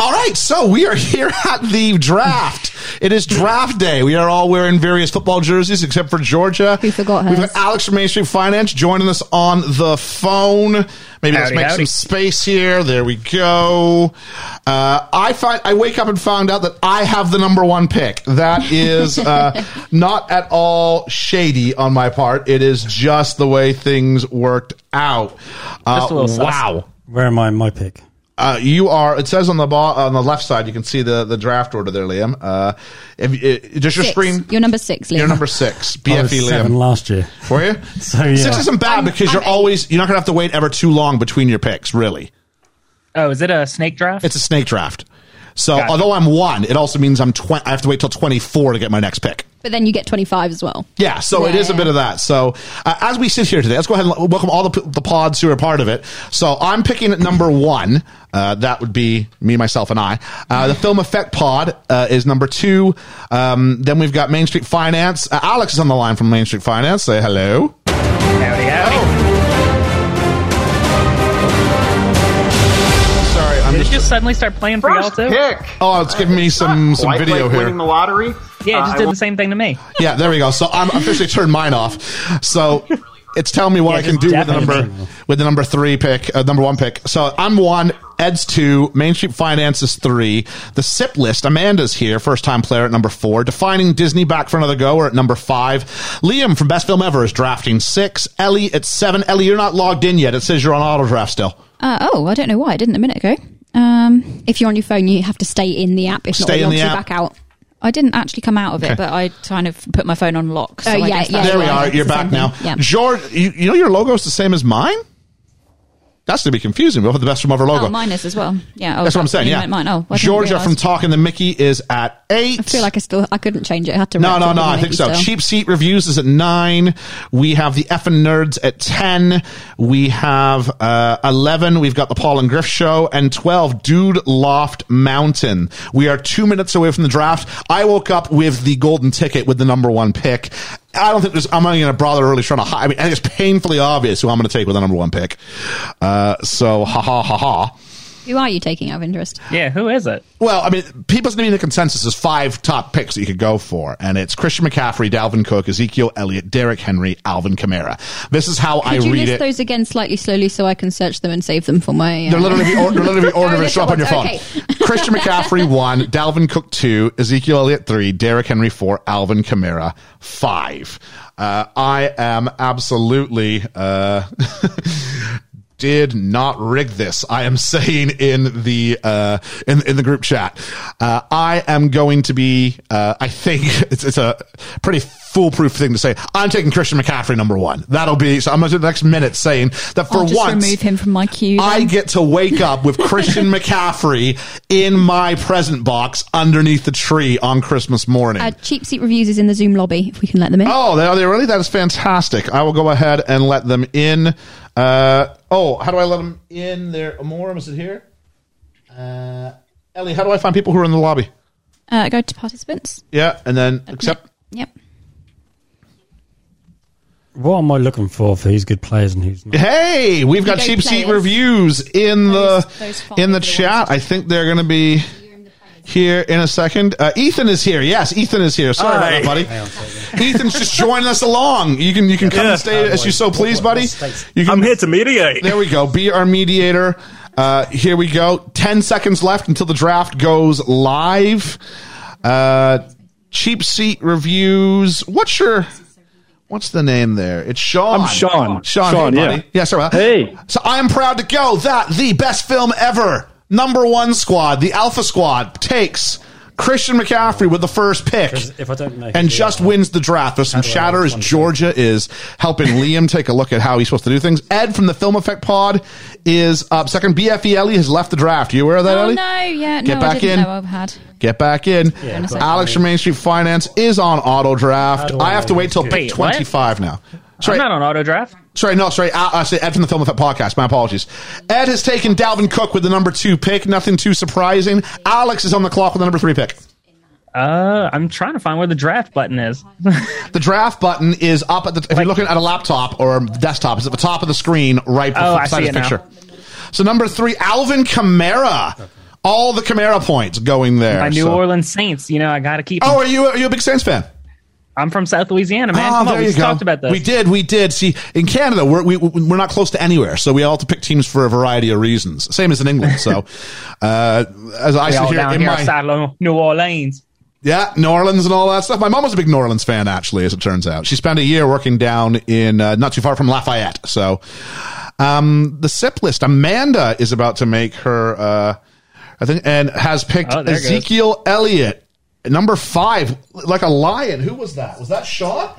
All right, so we are here at the draft. It is draft day. We are all wearing various football jerseys except for Georgia. Who forgot We've hers. got Alex from Main Street Finance joining us on the phone. Maybe let's Howdy, make some howdy. space here. There we go. Uh, I find I wake up and found out that I have the number one pick. That is uh, not at all shady on my part. It is just the way things worked out. Uh, Just a little sus. wow. Where am I? My pick. Uh, you are. It says on the bo- on the left side. You can see the, the draft order there, Liam. Uh, if, if, just your Six. screen. You're number six, Liam. You're number six. I was BFE Oh, seven Liam. last year. Were you? So, yeah. Six isn't bad I'm- because you're I'm eight. always you're not gonna have to wait ever too long between your picks. Really, Oh, is it a snake draft? it's a snake draft. So Gotcha. although I'm one, it also means I'm twenty. I have to wait till twenty four to get my next pick. But then you get 25 as well. Yeah, so it Yeah, is a yeah. bit of that. So uh, as we sit here today, let's go ahead and l- welcome all the, p- the pods who are part of it. So I'm picking at number one. Uh, that would be me, myself, and I. Uh, Mm-hmm. the Film Effect Pod uh, is number two. Um, then we've got Main Street Finance. Uh, Alex is on the line from Main Street Finance. Say hello. Howdy, howdy. Sorry, I'm Did it just. just suddenly start playing for y'all First too? pick. Oh, it's giving me some some Quite video like here. winning the lottery. Yeah, it Uh, just I did will- the same thing to me. Yeah, there we go. So I'm officially turned mine off. So it's telling me what Yeah, I can just do with the definitely. number with the number three pick, uh, number one pick. So I'm one, Ed's two, Main Street Finance is three. The SIP list, Amanda's here, first time player at number four. Defining Disney back for another go or at number five. Liam from Best Film Ever is drafting six. Ellie at seven. Ellie, you're not logged in yet. It says you're on auto draft still. Uh, oh, I don't know why. I didn't a minute ago. Um, if you're on your phone, you have to stay in the app. If Stay in not, it the logs you app. back out. I didn't actually come out of it, but I kind of put my phone on lock. So Oh, I yeah, guess yeah, that's there we yeah, why. are. it's You're the back same now. thing. Yeah. George, you, you know your logo's the same as mine? That's going to be confusing. We'll have the Best Film Ever logo. Oh, mine is as well. Yeah, oh, That's what I'm saying. you Yeah, meant Mine. Oh, I didn't Georgia realise. from Talking the Mickey is at eight. I feel like I still I couldn't change it. I had to. no, write no, it no. I maybe think so. still. Cheap seat reviews is at nine. We have the effing nerds at ten. We have uh, eleven. We've got the Paul and Griff show and twelve. Dude Loft Mountain. We are two minutes away from the draft. I woke up with the golden ticket with the number one pick. I don't think there's. I'm not even going to bother really trying to. hi- I mean, I think it's painfully obvious who I'm going to take with the number one pick. Uh, so ha ha ha ha. Who are you taking out of interest? Yeah, who is it? Well, I mean, people's name in the consensus is five top picks that you could go for, and it's Christian McCaffrey, Dalvin Cook, Ezekiel Elliott, Derek Henry, Alvin Kamara. This is how I Could you read list it. those again slightly slowly so I can search them and save them for my? They're Uh, literally the or- they're literally the order of Oh, it show up on your this phone. one's- Christian McCaffrey one, Dalvin Cook two, Ezekiel Elliott three, Derek Henry four, Alvin Kamara five. Uh, I am absolutely uh, did not rig this. I am saying in the uh, in in the group chat, uh, I am going to be. Uh, I think it's it's a pretty foolproof thing to say. I'm taking Christian McCaffrey number one. That'll be. So I'm going to the next minute saying that for Oh, I'll just once remove him from my queue. I then. get to wake up with Christian McCaffrey in my present box underneath the tree on Christmas morning. Uh, cheap seat reviews is in the Zoom lobby if we can let them in. oh, they, are they really? That is fantastic. I will go ahead and let them in. Uh, oh, how do I let them in there? More? Is it here? Uh, Ellie, how do I find people who are in the lobby? uh, go to participants. Yeah, and then accept. Yep. What am I looking for for who's good players and who's not? Hey, we've got go cheap seat players. reviews in Those- the those five in the are the chat. I think they're going to be here in a second. Uh, Ethan is here. Yes, Ethan is here. Sorry Hi. about that, buddy. Ethan's just joining us along. You can you can come Yeah. and stay as you so please, buddy. You can, I'm here to mediate. There we go. Be our mediator. Uh, here we go. Ten seconds left until the draft goes live. Uh, cheap seat reviews. What's your What's the name there? It's Sean. I'm Sean. Sean, Sean, hey, yeah. buddy. Yeah, sorry about that. Hey. So I am proud to go that the best film ever, number one squad, the Alpha Squad, takes Christian McCaffrey with the first pick. 'Cause if I don't know who and they just are- wins the draft. There's some How do I chatter as respond to Georgia is helping Liam take a look at how he's supposed to do things. Ed from the Film Effect Pod is up second. BFE Ellie has left the draft. You aware of that, Oh Ellie? no! Yeah, Get no, back I didn't in. know I've had. Get back in. Yeah, but- Alex from Main Street Finance is on auto draft. do I I have to wait till pick Wait, what? 25 now. I'm Sorry, not on auto draft. sorry, no, sorry. I, I say Ed from the Film Effect Podcast. My apologies. Ed has taken Dalvin Cook with the number two pick. Nothing too surprising. Alex is on the clock with the number three pick. Uh, I'm trying to find where the draft button is. The draft button is up at the. If you're looking at a laptop or a desktop, it's at the top of the screen, right Oh, I beside see his it now. picture. So number three, Alvin Kamara. All the Camara points going there. My New so- Orleans Saints. You know, I got to keep. 'em. Oh, are you, are you a big Saints fan? I'm from South Louisiana, man. Ah, Come on, there we you just go. talked about this. We did, we did. See, in Canada, we're, we, we're not close to anywhere, so we all have to pick teams for a variety of reasons. Same as in England. So, uh, as I We sit all here down in here my outside of New Orleans. yeah, New Orleans and all that stuff. My mom was a big New Orleans fan, actually, as it turns out. She spent a year working down in uh, not too far from Lafayette. So, um, the sip list. Amanda is about to make her, uh, I think, and has picked Oh, there it goes. Ezekiel Elliott, number five, like a lion. Who was that? Was that Shaw?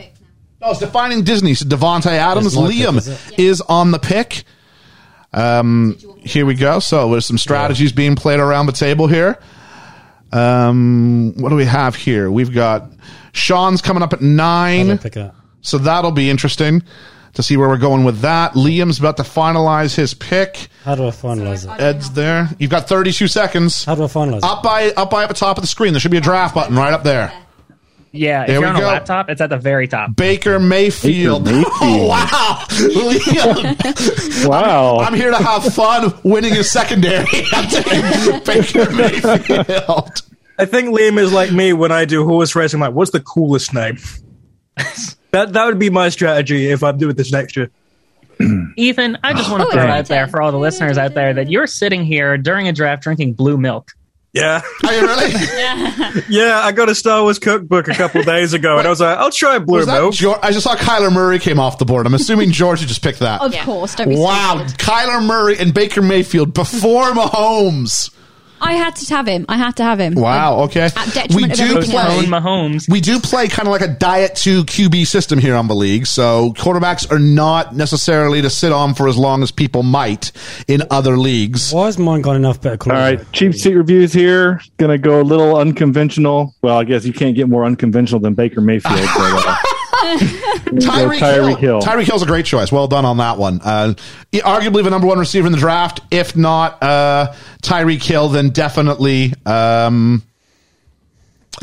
No, it's defining Disney. So Devontae Adams, It's my pick, Liam is it? is on the pick. Um, here we go. So there's some strategies being played around the table here. Um, what do we have here? We've got Sean's coming up at Oh, I'll nine, pick it up. so that'll be interesting to see where we're going with that. Liam's about to finalize his pick. How do I finalize it? Ed's there. You've got 32 seconds. Oh. How do I finalize it? Up by up by at the top of the screen. There should be a draft button right up there. Yeah, if There we you're on go. a laptop, it's at the very top. Baker Mayfield. Baker Mayfield. Oh wow, Liam! Wow. I'm here to have fun winning a secondary. I'm taking Baker Mayfield. I think Liam is like me when I do horse racing. Like, what's the coolest name? that that would be my strategy if I'm doing this next year. Ethan, I just Oh, want to throw out there for all the listeners out there that you're sitting here during a draft drinking blue milk. Yeah, Are you really? yeah. I got a Star Wars cookbook a couple days ago, and I was like, I'll try blue Was that milk. Geor- I just saw Kyler Murray came off the board. I'm assuming Georgia just picked that. Of course, don't be Wow, stupid. Kyler Murray and Baker Mayfield before Mahomes. I had to have him. I had to have him. Wow. Okay. At detriment We Uh, of do everything play. Own Mahomes. We do play kind of like a diet two QB system here on the league. So quarterbacks are not necessarily to sit on for as long as people might in other leagues. Why has mine got enough better All quality? right, cheap seat reviews here. Gonna go a little unconventional. Well, I guess you can't get more unconventional than Baker Mayfield. But, uh, gonna go Tyreek Hill. Tyreek Hill. Tyreek Hill's a great choice. Well done on that one. Uh, arguably the number one receiver in the draft. If not uh, Tyreek Hill, then definitely um,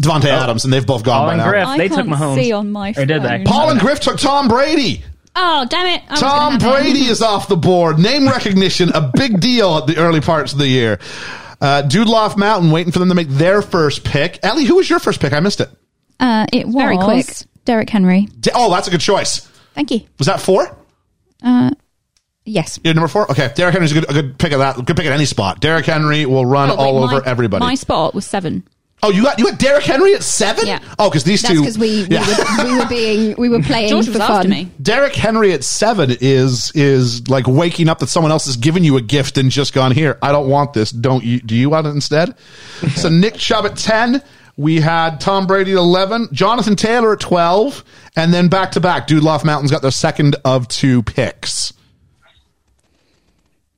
Devontae Adams, and they've both gone Paul by and now. Griff, I they took can't Mahomes. see on my Or did they? phone. Paul and Griff took Tom Brady. Oh, damn it. I was Tom gonna have him. Brady is off the board. Name recognition, a big deal at the early parts of the year. Uh, Dudeloff Mountain waiting for them to make their first pick. Ellie, who was your first pick? I missed it. Uh, it was Very quick. Derek Henry. D- oh, that's a good choice. Thank you. Was that four? Uh, Yes. Yeah, number four. Okay, Derrick Henry's a good, a good pick at that. Good pick at any spot. Derrick Henry will run Oh, wait, all over my- everybody. My spot was seven. oh, you got you got Derrick Henry at seven. Yeah. Oh, because these That's two. because we- we yeah. we were being we were playing George for was fun. after me. Derrick Henry at seven is is like waking up that someone else has given you a gift and just gone here. I don't want this. Don't you? Do you want it instead? so Nick Chubb at ten. We had Tom Brady at eleven, Jonathan Taylor at twelve, and then back to back. Dude, Loft Mountain's got their second of two picks.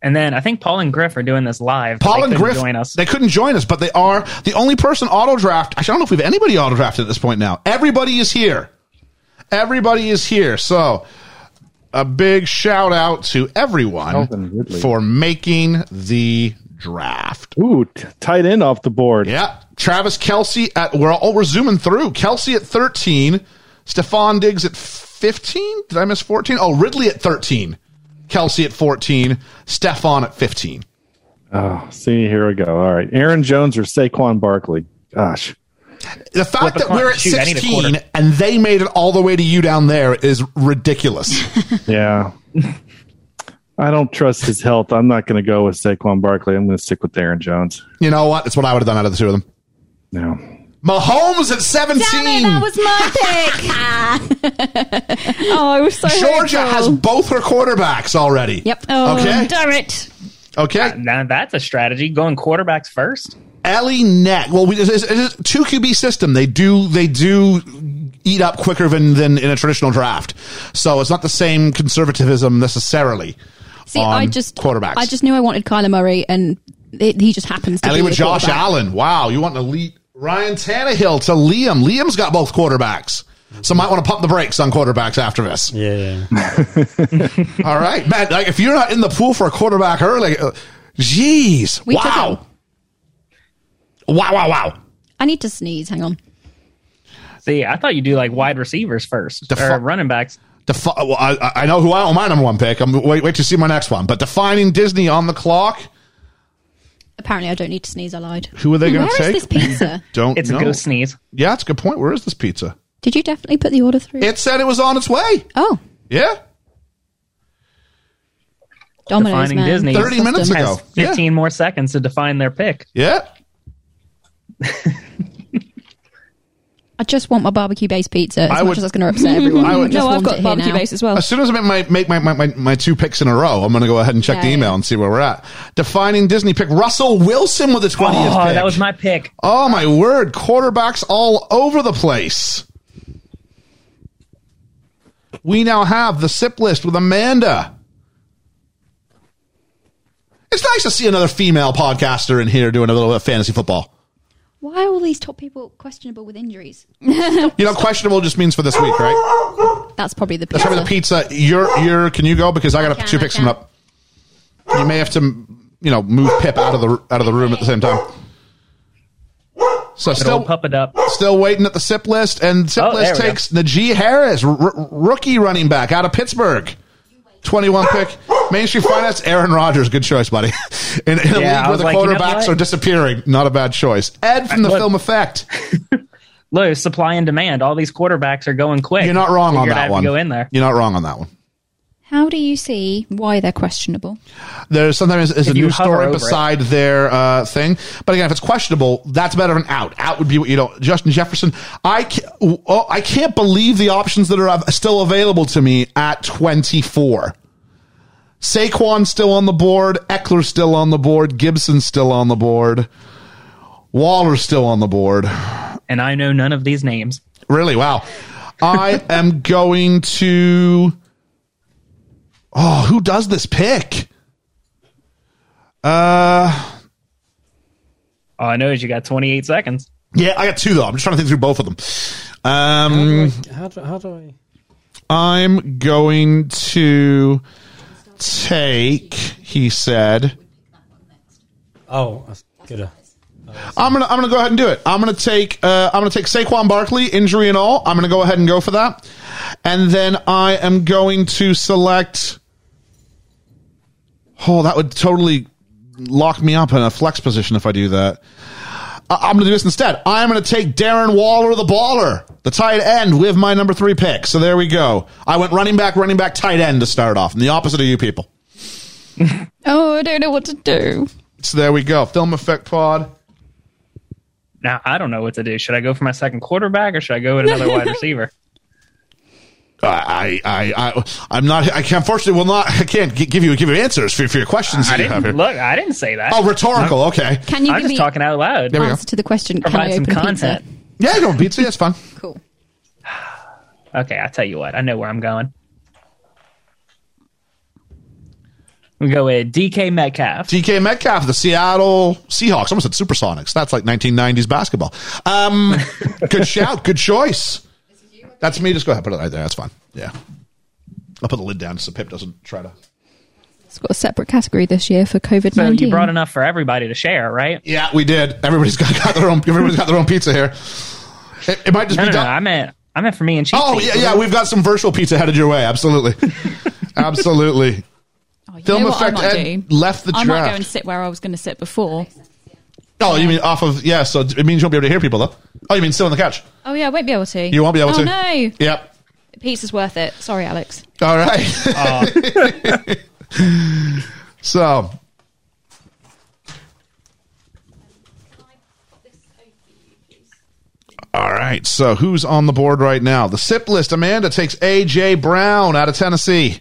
And then I think Paul and Griff are doing this live. but Paul they and couldn't Griff, join us. they couldn't join us, but they are the only person auto draft. Actually, I don't know if we've anybody auto drafted at this point now. Everybody is here. Everybody is here. So a big shout out to Calvin everyone Ridley. for making the draft. Ooh, t- tight end off the board. Yeah. Travis Kelsey at we're all we're zooming through. Kelsey at 13. Stefan Diggs at 15. Did I miss 14? Oh, Ridley at 13. Kelsey at 14. Stefan at 15. Oh, see, here we go. All right, Aaron Jones or Saquon Barkley. Gosh, The fact Flip a that we're coin. at Shoot, I need a 16 quarter. and they made it all the way to you down there is ridiculous. yeah. I don't trust his health. I'm not going to go with Saquon Barkley. I'm going to stick with Aaron Jones. you know what? It's what I would have done out of the two of them. No. Mahomes at Damn it, that 17. was my pick. oh, I was so Georgia hopeful. has both her quarterbacks already. Yep. Oh, Okay. damn it. Okay. Now that's a strategy. Going quarterbacks first. Ellie Neck. Well, we, it is, it is two QB system. They do they do eat up quicker than than in a traditional draft. So it's not the same conservatism necessarily. See, on I just quarterbacks. I just knew I wanted Kyler Murray, and it, he just happens to Ellie be with the Josh quarterback. Allen. Wow, you want an elite Ryan Tannehill to Liam. Liam's got both quarterbacks. So might want to pump the brakes on quarterbacks after this. Yeah, yeah. All right, man. Like if you're not in the pool for a quarterback early, uh, jeez, We took wow, wow, wow, wow. I need to sneeze. Hang on. See, I thought you do like wide receivers first The fu- or running backs. Defi- uh, well, I, I- I know who I oh, want my number one pick. I'm wait, wait to see my next one. But defining Disney on the clock. apparently I don't need to sneeze. I lied. Who are they Where going is to take? this pizza? Don't It's know. a goose sneeze. Yeah, it's a good point. Where is this pizza? Did you definitely put the order through? It said it was on its way. oh, Yeah. Domino's Defining man. Disney. 30 minutes Has ago. Yeah. 15 more seconds to define their pick. Yeah. I just want my barbecue based pizza. As I much would- as that's going to upset everyone. I would- no, I've Just want it got here barbecue now. based as well. As soon as I make, make my, my, my, my two picks in a row, I'm going to go ahead and check Yeah, the yeah. email and see where we're at. Defining Disney pick Russell Wilson with a 20th Oh, pick. that was my pick. oh, my word. Quarterbacks all over the place. We now have the sip list with Amanda. It's nice to see another female podcaster in here doing a little bit of fantasy football. Why are all these top people questionable with injuries? You know, questionable just means for this week, right? That's probably the That's pizza. probably the pizza. You're, you're. Can you go because I got can, two Oh. I picks can. coming up. You may have to, you know, move Pip out of the out of the room at the same time. So Good still, old pup it up. still waiting at the sip list, and sip Oh, there list we go. takes Najee Harris, r- r- rookie running back out of Pittsburgg. 21 pick. Main Street Finance, Aaron Rodgers. Good choice, buddy. In, in a Yeah, I league where was the like, you know quarterbacks what? are disappearing, not a bad choice. Ed from the Look. film Effect. Look, supply and demand. All these quarterbacks are going quick. You're not wrong You're on gonna that have one. To go in there. You're not wrong on that one. How do you see why they're questionable? There's sometimes is a If you new hover story over it. beside their uh, thing. But again, if it's questionable, that's better than out. Out would be what you know. Justin Jefferson. I can't, oh, I can't believe the options that are av- still available to me at 24. Saquon still on the board. Eckler still on the board. Gibson still on the board. Waller still on the board. And I know none of these names. Really? Wow. I am going to. Oh, who does this pick? Uh, All I know is you got 28 seconds. yeah, I got two though. I'm just trying to think through both of them. Um, How do, how do I? I'm going to take. He said, Oh, that's good. Uh, "I'm gonna, I'm gonna go ahead and do it. I'm gonna take, uh, I'm gonna take Saquon Barkley, injury and all. I'm gonna go ahead and go for that, and then I am going to select. Oh, that would totally lock me up in a flex position if I do that. I- am going to do this instead. I'm going to take Darren Waller, the baller, the tight end, with my number three pick. So there we go. I went running back, running back, tight end to start off, and the opposite of you people. Oh, I don't know what to do. So there we go. Film effect pod. Now, I don't know what to do. Should I go for my second quarterback or should I go with another wide receiver? I, I, I, I'm not. I can't, unfortunately will not. I can't gi- give you give you answers for, for your questions. I that you have didn't, here. look, I didn't say that. Oh, rhetorical. Okay. Can you I'm give just me talking out loud. There we go. answer to the question? Can Provide I some open a content. pizza? Yeah, you know, pizza. That's fine. Cool. Okay, I'll tell you what. I know where I'm going. We go with DK Metcalf. DK Metcalf, the Seattle Seahawks. Almost said Supersonics. That's like 1990s basketball. Um, good shout. Good choice. That's me. Just go ahead. Put it right there. That's fine. Yeah. I'll put the lid down so Pip doesn't try to. It's got a separate category this year for COVID so nineteen. you brought enough for everybody to share, right? Yeah, we did. Everybody's got, got their own. Everybody's got their own pizza here. It, it might just No, be no, no. done. I meant, I meant for me and Chief. oh yeah, yeah. We've got some virtual pizza headed your way. Absolutely, absolutely. Oh, you Film know what I effect might Ed do? left the I might go and draft. sit where I was going to sit before. Oh, you mean off of yeah? So it means you won't be able to hear people though. Oh, you mean sit on the couch? oh yeah, I won't be able to. You won't be able oh, to. No, Yep. pizza's worth it. Sorry, Alex. All right. so. All right. So who's on the board right now? The sip list. Amanda takes AJ Brown out of Tennessee.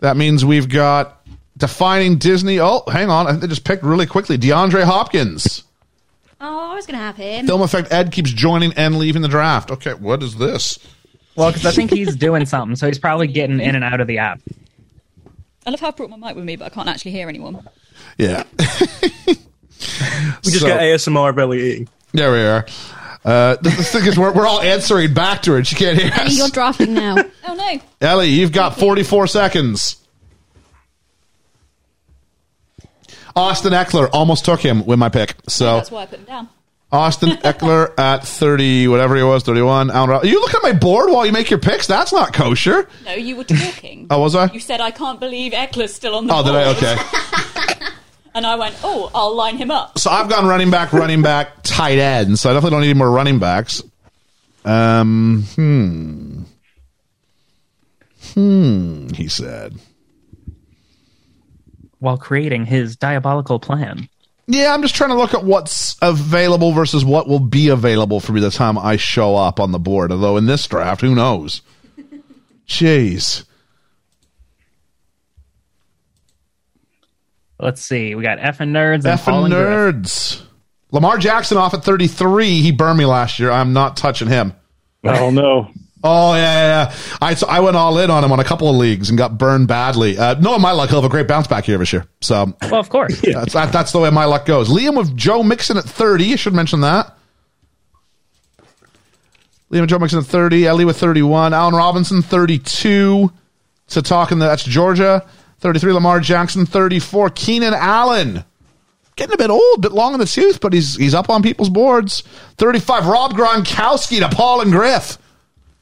That means we've got defining Disney. Oh, hang on. I think they just picked really quickly. DeAndre Hopkins. Oh, I was going to have him. Film effect Ed keeps joining and leaving the draft. Okay, what is this? Well, because I think he's doing something, so he's probably getting in and out of the app. I love how I brought my mic with me, but I can't actually hear anyone. Yeah. We just So- got ASMR of Ellie. There we are. Uh, the, the thing is, we're, we're all answering back to her. and She can't hear Ellie, you're us. drafting now. Oh no, Ellie, you've got 44 seconds. Austin Eckler almost took him with my pick. So that's why I put him down. Austin Eckler at 30, whatever he was, 31. I don't know. You look at my board while you make your picks. That's not kosher. No, you were talking. Oh, was I? You said I can't believe Eckler's still on the Oh, did board." I? Okay. And I went, oh, I'll line him up. So I've gone running back, running back, tight end. So I definitely don't need any more running backs. Um, hmm. Hmm, he said. while creating his diabolical plan. Yeah, I'm just trying to look at what's available versus what will be available for me the time I show up on the board. Although in this draft, who knows? Jeez. Let's see. We got F and Nerds and F Paul and Griff. nerds. Lamar Jackson off at 33. He burned me last year. I'm not touching him. I don't know. Oh yeah, yeah, yeah. I so I went all in on him on a couple of leagues and got burned badly. Uh, knowing my luck, he'll have a great bounce back year this year. So Well, of course. that's that, that's the way my luck goes. Liam with Joe Mixon at 30. You should mention that. Liam and Joe Mixon at 30. Ellie with 31. Allen Robinson 32. To talking that's Georgia. 33. Lamar Jackson 34. Keenan Allen getting a bit old, bit long in the tooth, but he's he's up on people's boards. 35. Rob Gronkowski to Paul and Griff.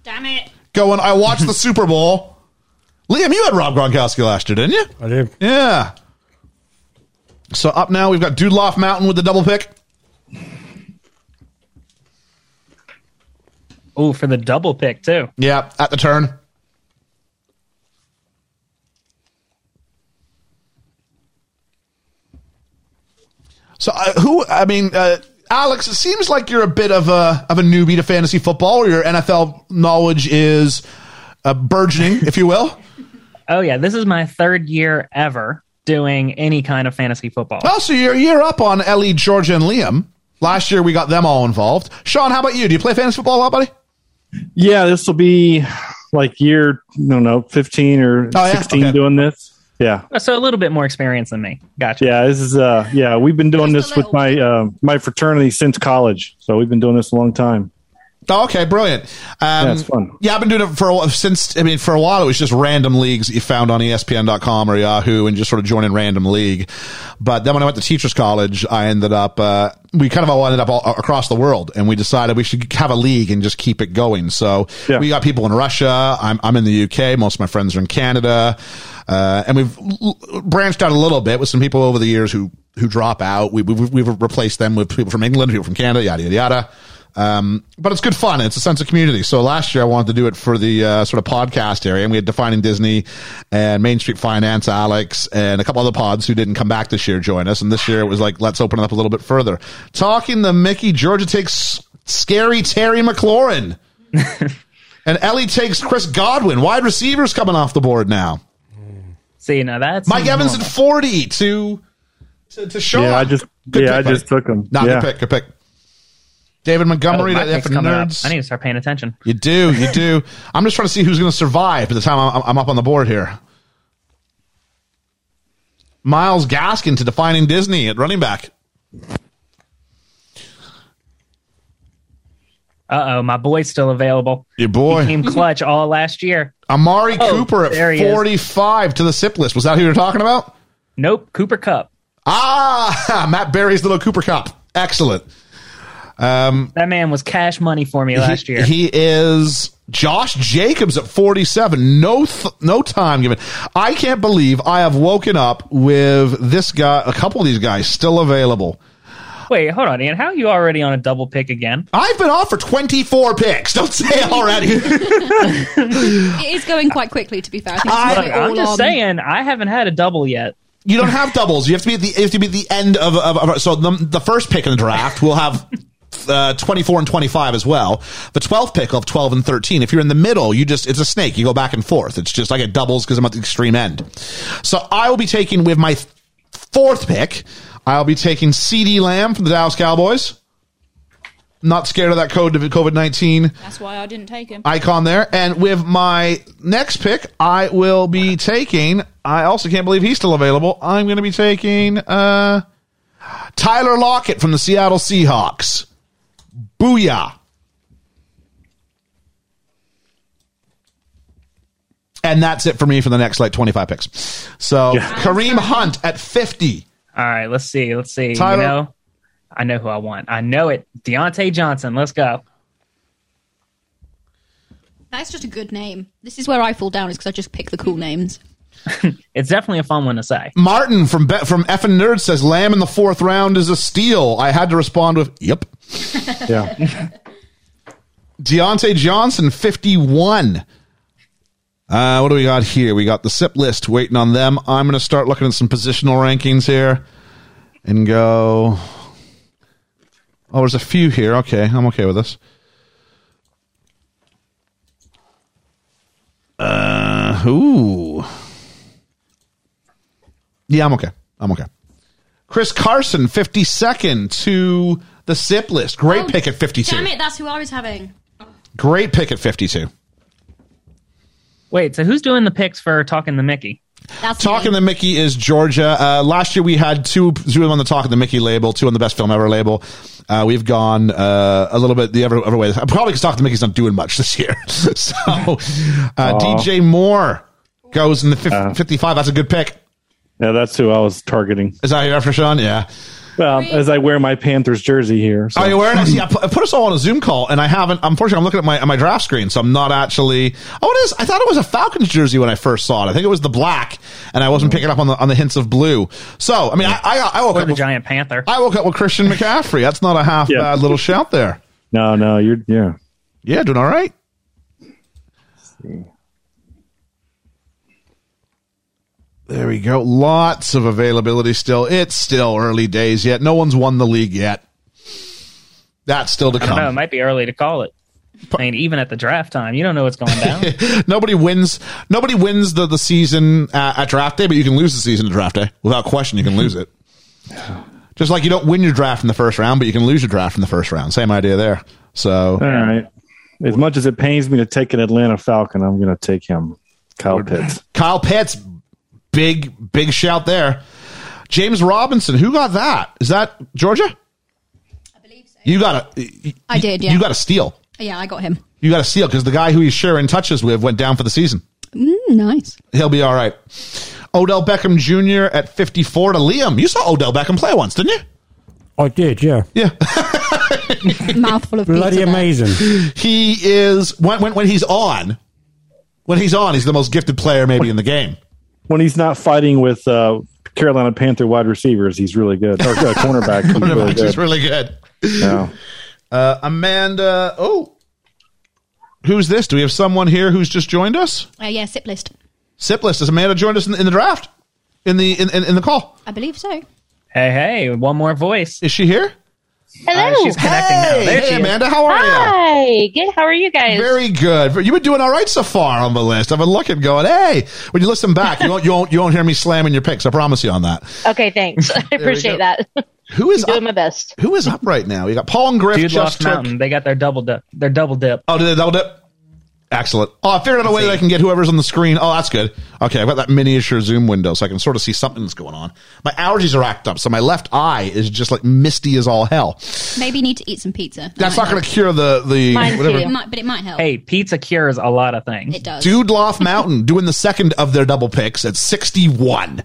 Damn it. Going, I watched the Super Bowl. Liam, you had Rob Gronkowski last year, didn't you? I do. Yeah. So up now we've got Dudeloff Mountain with the double pick. Oh, for the double pick too. Yeah, at the turn. So uh, who? I mean, uh, Alex. It seems like you're a bit of a of a newbie to fantasy football, or your NFL knowledge is uh, burgeoning, if you will. Oh yeah, this is my third year ever doing any kind of fantasy football. Well, so you're you're up on Ellie, Georgia, and Liam. Last year we got them all involved. Sean, how about you? Do you play fantasy football a lot, buddy? Yeah, this will be like year, no, no, 15 or Oh, yeah? 16 Okay. doing this. Yeah. So a little bit more experience than me. Gotcha. Yeah, this is uh yeah, we've been doing Just a this with little. my uh, my fraternity since college. So we've been doing this a long time. Oh, okay, brilliant. Um, Yeah, it's fun. Yeah, I've been doing it for a while, since. I mean, for a while it was just random leagues that you found on E ESPN.com or Yahoo, and just sort of joining random league. But then when I went to teachers college, I ended up. Uh, we kind of all ended up all across the world, and we decided we should have a league and just keep it going. So Yeah. we got people in Russia. I'm I'm in the UK. Most of my friends are in Canada, uh, and we've l- l- branched out a little bit with some people over the years who who drop out. We, we, we've replaced them with people from England, people from Canada, yada yada yada. Um, but it's good fun. It's a sense of community. So last year I wanted to do it for the uh, sort of podcast area, and we had Defining Disney and Main Street Finance, Alex, and a couple other pods who didn't come back this year join us. And this year it was like, let's open it up a little bit further. Talking the Mickey, Georgia takes scary Terry McLaurin, and Ellie takes Chris Godwin. Wide receivers coming off the board now. See, now that's Mike Evans at forty to to, to Sean. Mm-hmm. Yeah, I just Good yeah, pick, I buddy. just took them. Not yeah. good pick. Good pick. David Oh, Montgomery my to F pick's and coming up. Nerds. I need to start paying attention. You do, you do. I'm just trying to see who's going to survive by the time I'm, I'm up on the board here. Miles Gaskin to defining Disney at running back. Uh oh, my boy's still available. Your He boy came clutch all last year. Amari Oh, Cooper there at he is. 45 to the sip list. Was that who you're talking about? Nope, Cooper Cup. Ah, Matt Barry's little Cooper Cup. Excellent. That man was cash money for me last year. He is Josh Jacobs at 47. No, th- no time given. I can't believe I have woken up with this guy, a couple of these guys still available. Wait, hold on, Ian. How are you already on a double pick again? I've been off for 24 picks. Don't say already. It is going quite quickly, to be fair. I think I- it's Look, really I'm all just on- saying, I haven't had a double yet. you don't have doubles. You have to be at the, you have to be at the end of, of, of so the, the first pick in the draft will have uh, 24 and 25 as well. The 12th pick will have 12 and 13. If you're in the middle, you just, it's a snake. You go back and forth. It's just, I get doubles because I'm at the extreme end. So I will be taking with my fourth pick, I'll be taking CD Lamb from the Dallas Cowboys. Not scared of that code of COVID 19. That's why I didn't take him. icon there. And with my next pick, I will be taking. I also can't believe he's still available. I'm going to be taking uh, Tyler Lockett from the Seattle Seahawks. Booyah! And that's it for me for the next like 25 picks. So Kareem Hunt at 50. All right, let's see. Let's see. Tyler- You know, I know who I want. I know it. Deontay Johnson. Let's go. That's just a good name. This is where I fall down, is because I just pick the cool names. It's definitely a fun one to say. Martin from Be- from effing nerd says Lamb in the fourth round is a steal. I had to respond with yep. Yeah. Deontay Johnson fifty one. Uh, what do we got here? We got the sip list waiting on them. I'm going to start looking at some positional rankings here and go. Oh, there's a few here. Okay, I'm okay with this. Uh, ooh. Yeah, I'm okay. I'm okay. Chris Carson, 52nd to the sip list. Great Oh, pick at 52. Damn it, that's who I was having. Great pick at 52. Wait, so who's doing the picks for talking to Mickey? That's Talking me. the Mickey is Georgia. Uh, last year we had two, two on the Talking the Mickey label, two on the Best Film Ever label. Uh, we've gone uh, a little bit the other, other way. Probably because Talking the Mickey's not doing much this year. so uh, DJ Moore goes in the fif- 55. That's a good pick. Yeah, that's who I was targeting. Is that your after Sean? Yeah. Well, as I wear my Panthers jersey here. So. Are you aware? Hmm. See, I put, I put us all on a Zoom call, and I haven't. Unfortunately, I'm looking at my at my draft screen, so I'm not actually. Oh, it is. I thought it was a Falcons jersey when I first saw it. I think it was the black, and I wasn't Hmm. picking up on the on the hints of blue. So, I mean, I I, I woke Or up. the With, Giant Panther? I woke up with Christian McCaffrey. That's not a half Yeah. bad little shout there. No, no, you're yeah. Yeah, doing all right. There we go. Lots of availability still. It's still early days yet. No one's won the league yet. That's still to I don't know. It come. might be early to call it. I mean, even at the draft time, you don't know what's going down. Nobody wins. Nobody wins the the season uh, at draft day, but you can lose the season at draft day without question. You can lose it. Just like you don't win your draft in the first round, but you can lose your draft in the first round. Same idea there. So All right. As much as it pains me to take an Atlanta Falcon, I'm going to take him. Kyle Pitts. Kyle Pitts, big big shout there. James Robinson, who got that? Is that Georgia? I believe so. You got a. I did, yeah. You got a steal. Yeah, I got him. You got a steal because the guy who he's sharing touches with went down for the season. Nice. He'll be all right. Odell Beckham Jr. at 54 to Liam. You saw Odell Beckham play once, didn't you? I did, yeah. Mouthful of Bloody pizza there. amazing. He is when, when when he's on, when he's on, he's the most gifted player maybe in the game. When he's not fighting with uh, Carolina Panther wide receivers, he's really good. Or uh, cornerback, he's really He's good. really good. Yeah. Uh, Amanda, oh, who's this? Do we have someone here who's just joined us? Uh, yeah, sip list. Siplist, has Amanda joined us in, in the draft? In the in, in, in the call, I believe so. hey, hey, one more voice. is she here? Uh, Hello. she's connecting now. There hey, she is. Amanda, how are you? Hi. Good. How are you guys? Very good. You've been doing all right so far on the list. I've been looking, going, hey. When you listen back, you won't, you won't, you won't hear me slamming your picks. I promise you on that. okay. Thanks. I go. appreciate that. Who is Doing up, my best. who is up right now? You got Paul and Griff Dude just Lost took. Mountain. They got their double dip. Their double dip. Oh, did they double dip? Excellent. Oh, I figured out a way that I can get whoever's on the screen. Oh, that's good. Okay, I've got that miniature zoom window, so I can sort of see something that's going on. My allergies are act up, so my left eye is just like misty as all hell. Maybe you need to eat some pizza. That's not going to cure the the Mine whatever. It might, but it might help. Hey, pizza cures a lot of things. It does. Dude Loft Mountain doing the second of their double picks at 61.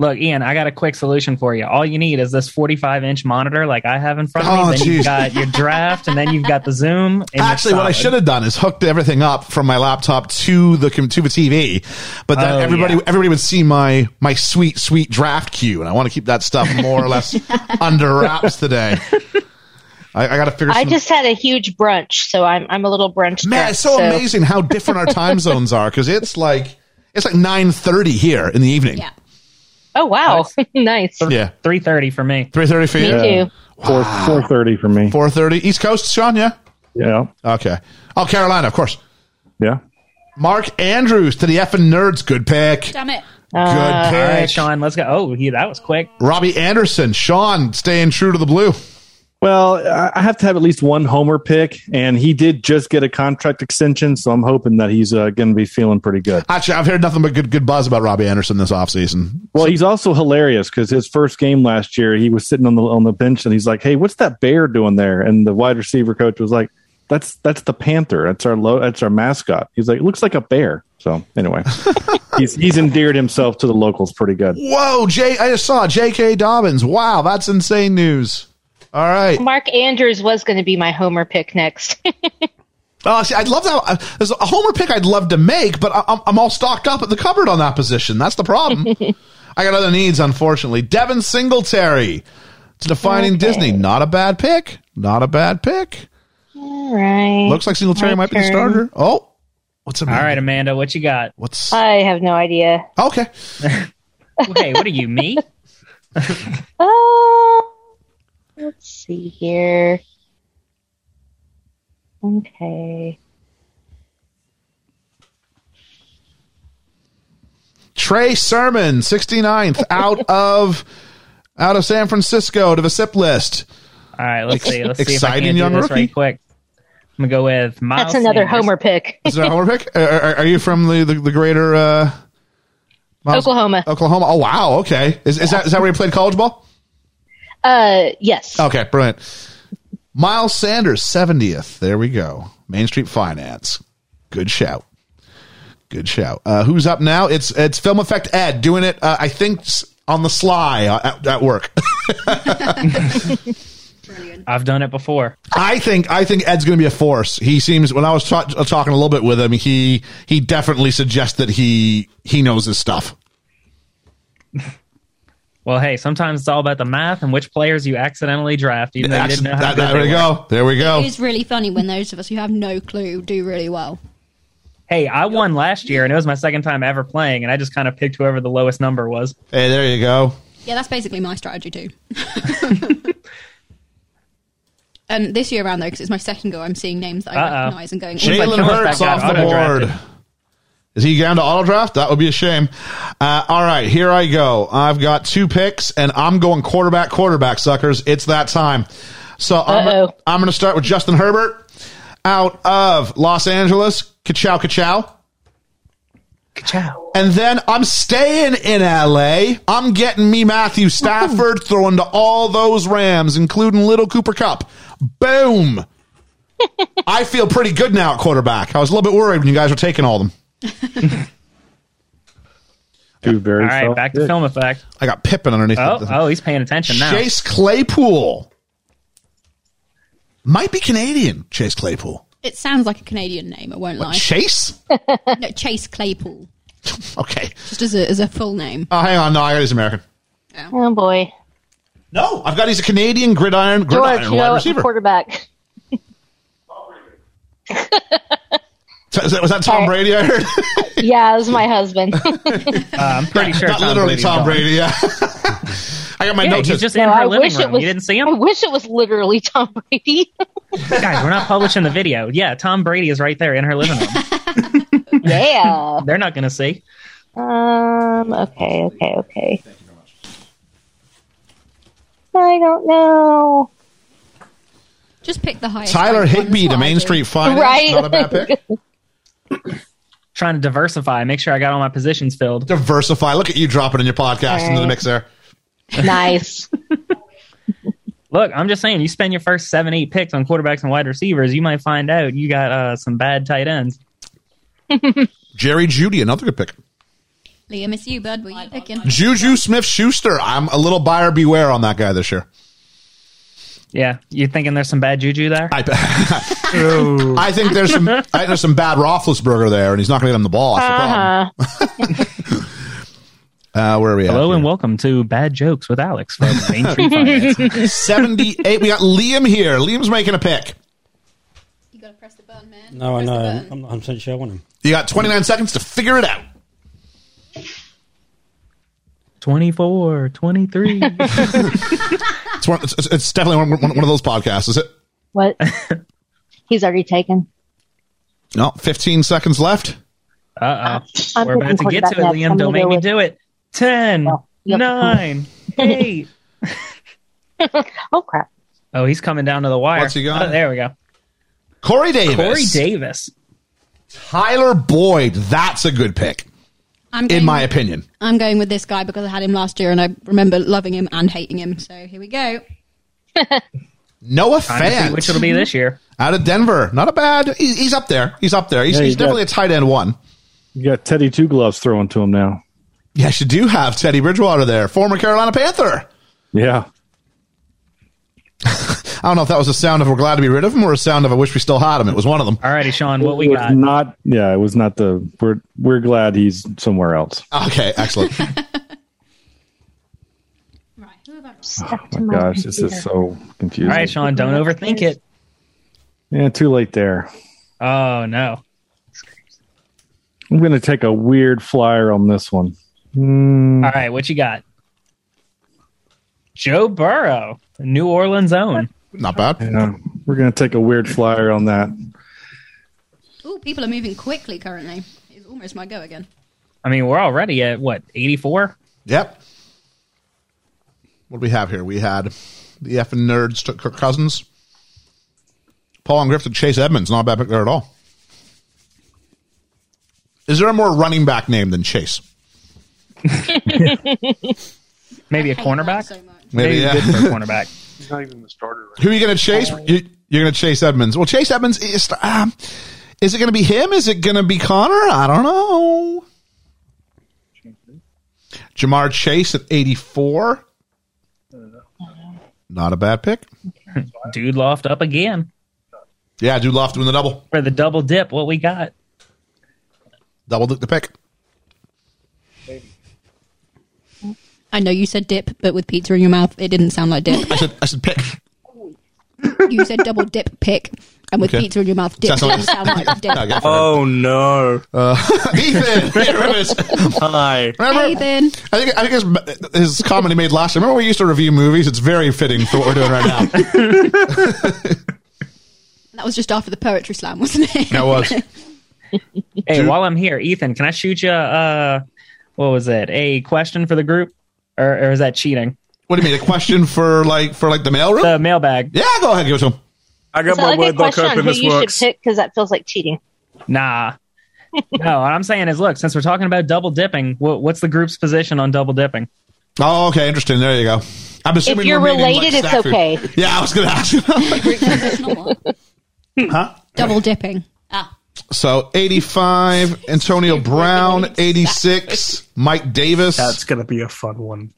Look, Ian, I got a quick solution for you. All you need is this 45 inch monitor like I have in front of me. Oh, then geez. you've got your draft, and then you've got the Zoom. And you're Actually, what I solid. should have done is hooked everything up from my laptop to the com- to the TV, but then Oh, everybody yeah. everybody would see my my sweet sweet draft queue, and I want to keep that stuff more or less under wraps today. I, I got to figure. I some- just had a huge brunch, so I'm I'm a little brunch. man, drunk, it's so, amazing how different our time zones are because it's like it's like nine thirty here in the evening. Yeah. Oh wow, nice. yeah, 3.30 for me. three thirty for Me you. too. Four four thirty for me. Four thirty East Coast, Sean. Yeah. Yeah. Okay. Oh, Carolina, of course. Yeah. Mark Andrews to the effing nerds. Good pick. Damn it. Good Uh, All right, pick. Sean, let's go. Oh, he, that was quick. Robbie Anderson, Sean staying true to the blue. Well, I- I have to have at least one homer pick, and he did just get a contract extension, so I'm hoping that he's uh, going to be feeling pretty good. Actually, I've heard nothing but good good buzz about Robbie Anderson this offseason. Well, he's also hilarious because his first game last year, he was sitting on the on the bench and he's like, "Hey, what's that bear doing there?" And the wide receiver coach was like, "That's that's the panther. That's our lo- that's our mascot." He's like, "It looks like a bear." So anyway, he's he's endeared himself to the locals pretty good. Whoa, Jay! I just saw J.K. Dobbins. Wow, that's insane news. All right, Mark Andrews was going to be my Homer pick next. Oh, see, I'd love that. Uh, There's a Homer pick I'd love to make, but I- I'm, I'm all stocked up at the cupboard on that position. That's the problem. I got other needs, unfortunately. Devin Singletary. It's defining Okay. Disney. Not a bad pick. Not a bad pick. All right. Looks like Singletary My might be the turn. starter. Oh, what's All Amanda? right, Amanda, what you got? What's I have no idea. okay? Hey, what are you, me? Uh, let's see here. Okay. Trey Sermon, 69th, out of out of San Francisco to the SIP list. All right, let's see. Let's see if I Exciting can do young this rookie. right quick. I'm gonna go with Miles. That's another Sanders. Homer pick. Is there a Homer pick? Are, are- are you from the the, the greater uh, Miles- Oklahoma. Oklahoma. Oh wow. Okay. Is, is that is that where you played college ball? Uh, yes. Oh, Okay. Brilliant. Miles Sanders, 70th. There we go. Main Street Finance. Good shout. Good shout. Uh, who's up now? It's it's Film Effect Ed doing it. Uh, I think s- on the sly uh, at, at work. I've done it before. I think I think Ed's going to be a force. He seems when I was ta- talking a little bit with him, he he definitely suggests that he he knows his stuff. Well, hey, sometimes it's all about the math and which players you accidentally draft, even though you That's- didn't know how that- good there they we were. go. There we go. It is really funny when those of us who have no clue do really well. Hey, I won last year, and it was my second time ever playing, and I just kind of picked whoever the lowest number was. Hey, there you go. Yeah, that's basically my strategy too. um, this year around though, because it's my second go, I'm seeing names that I Uh-oh. recognise and going. "Oh, like Jalen Jones that Hurts got off the auto-drafted. board. Is he down to auto draft? That would be a shame. Uh, all right, here I go. I've got two picks, and I'm going quarterback, quarterback, suckers. It's that time. So I'm, Uh-oh. I'm going to start with Justin Herbert out of Los Angeles. Kachow, kachow. Ciao. And then I'm staying in LA. I'm getting me Matthew Stafford throwing to all those Rams, including little Cooper Cup. Boom. I feel pretty good now at quarterback. I was a little bit worried when you guys were taking all of them. Two very All right, solid back to picks. film effect. I got Pippin underneath. Oh, the- oh, he's paying attention now. Chase Claypool. Might be Canadian, Chase Claypool. It sounds like a Canadian name. I won't lie. Chase? No, Chase Claypool, Okay. just as a, as a full name. Oh, hang on. No, I got he's American. Oh boy. No, I've got he's a Canadian gridiron, gridiron George, you wide know what? The receiver. quarterback. So, is that- was that Tom Brady I heard? Yeah, it was my husband. Uh, I'm pretty sure Not Tom literally Brady's Tom gone. Brady. Yeah. I got my Yeah, notes. he's just No, in her I wish living it room. was. Oh. you didn't see I him, wish it was literally Tom Brady. guys. We're not publishing the video. Yeah, Tom Brady is right there in her living room. yeah. They're not gonna see. Um. Okay. Okay. Okay. I don't know. Just pick the highest. Tyler ranked one, Higby that's to what I Main do. Street Finance. Right. Not a bad pick. Trying to diversify, make sure I got all my positions filled. Diversify. Look at you dropping in your podcast into the mix there. nice. Look, I'm just saying, you spend your first seven, eight picks on quarterbacks and wide receivers, you might find out you got uh, some bad tight ends. Jerry Judy, another good pick. Liam, it's you, bud. What are you picking? Juju Smith Schuster. I'm a little buyer beware on that guy this year. Yeah, you thinking there's some bad juju there? I, I think there's some I think there's some bad Roethlisberger there, and he's not going to get him the ball. That's the problem. Uh-huh. Uh, where are we at? Hello here? and welcome to Bad Jokes with Alex from Main Street Finance. 78. We got Liam here. Liam's making a pick. You gotta press the button, man. No, I Press the know. button. I'm not 100% sure I want him. You got 29 seconds to figure it out. 24, 23. It's, one, it's, it's definitely one, one, one of those podcasts, is it? What? He's already taken. No, 15 seconds left. Uh oh. I'm We're about picking to get to it, quarterback next. Liam. I'm Don't gonna make go me with- do it. 10, Well, yep. 9, 8. Oh crap! Oh, he's coming down to the wire. What's he got? Oh, there we go. Corey Davis. Corey Davis. Tyler Boyd. That's a good pick, I'm in going- my opinion. I'm going with this guy because I had him last year and I remember loving him and hating him. So here we go. Noah Time to see which it'll Fant be this year. out of Denver. Not a bad. He's, he's up there. He's up there. He's, Yeah, he's you got- definitely a tight end one. You got Teddy Two Gloves throwing to him now. Yes, you do have Teddy Bridgewater there, former Carolina Panther. Yeah. I don't know if that was a sound of we're glad to be rid of him or a sound of I wish we still had him. It was one of them. Alrighty, Sean, what we It was got? Not yeah, it was not the we're we're glad he's somewhere else. Okay, excellent. Right. Who have I got? Stuck Oh to my my gosh, this computer. is so confusing. Alright, Sean, don't overthink it. Yeah, too late there. Oh no. I'm gonna take a weird flyer on this one. All right, what you got? Joe Burrow, New Orleans own. Not bad. Yeah, we're gonna take a weird flyer on that. Ooh, people are moving quickly currently. It's almost my go again. I mean, we're already at what eighty four. Yep. What do we have here? We had the effing nerds took Kirk Cousins. Paul and Griff took Chase Edmonds. Not a bad pick there at all. Is there a more running back name than Chase? Maybe a Hate that cornerback. So much. Maybe, yeah. good for a cornerback. He's not even the starter. Right? Who are you going to chase? You, you're going to chase Edmonds. Well, Chase Edmonds is. Um, is it going to be him? Is it going to be Connor? I don't know. Jamar Chase at 84. Not a bad pick. Dude loft up again Yeah, I do love doing the double. for the double dip. What we got? Double the pick. I know you said dip, but with pizza in your mouth, it didn't sound like dip. I said, I said pick. you said double dip pick, and with Okay. pizza in your mouth, dip Sounds like- didn't sound like dip. No, go for Oh no! it. Ethan, here it is. Hi. Remember, Hey, then. I think I think his, his comment he made last time. Remember, we used to review movies. It's very fitting for what we're doing right now. That was just after the poetry slam, wasn't it? That was Hey, Dude. while I'm here, Ethan, can I shoot you? Uh, what was it? A question for the group, or, or is that cheating? what do you mean? A question for like for like the mailroom? The mailbag. yeah, go ahead, give it to him. I got Is that my like a word doc question on open. who This you works. should pick? Because that feels like cheating. Nah. no, what I'm saying is, look, since we're talking about double dipping, what, what's the group's position on double dipping? Oh, okay, interesting. There you go. I'm assuming If you're we're meaning, like, related, it's snack food. okay. Yeah, I was going to ask. It's not what? huh? Double dipping. Ah, So 85, Antonio Brown, 86, Mike Davis. That's gonna be a fun one.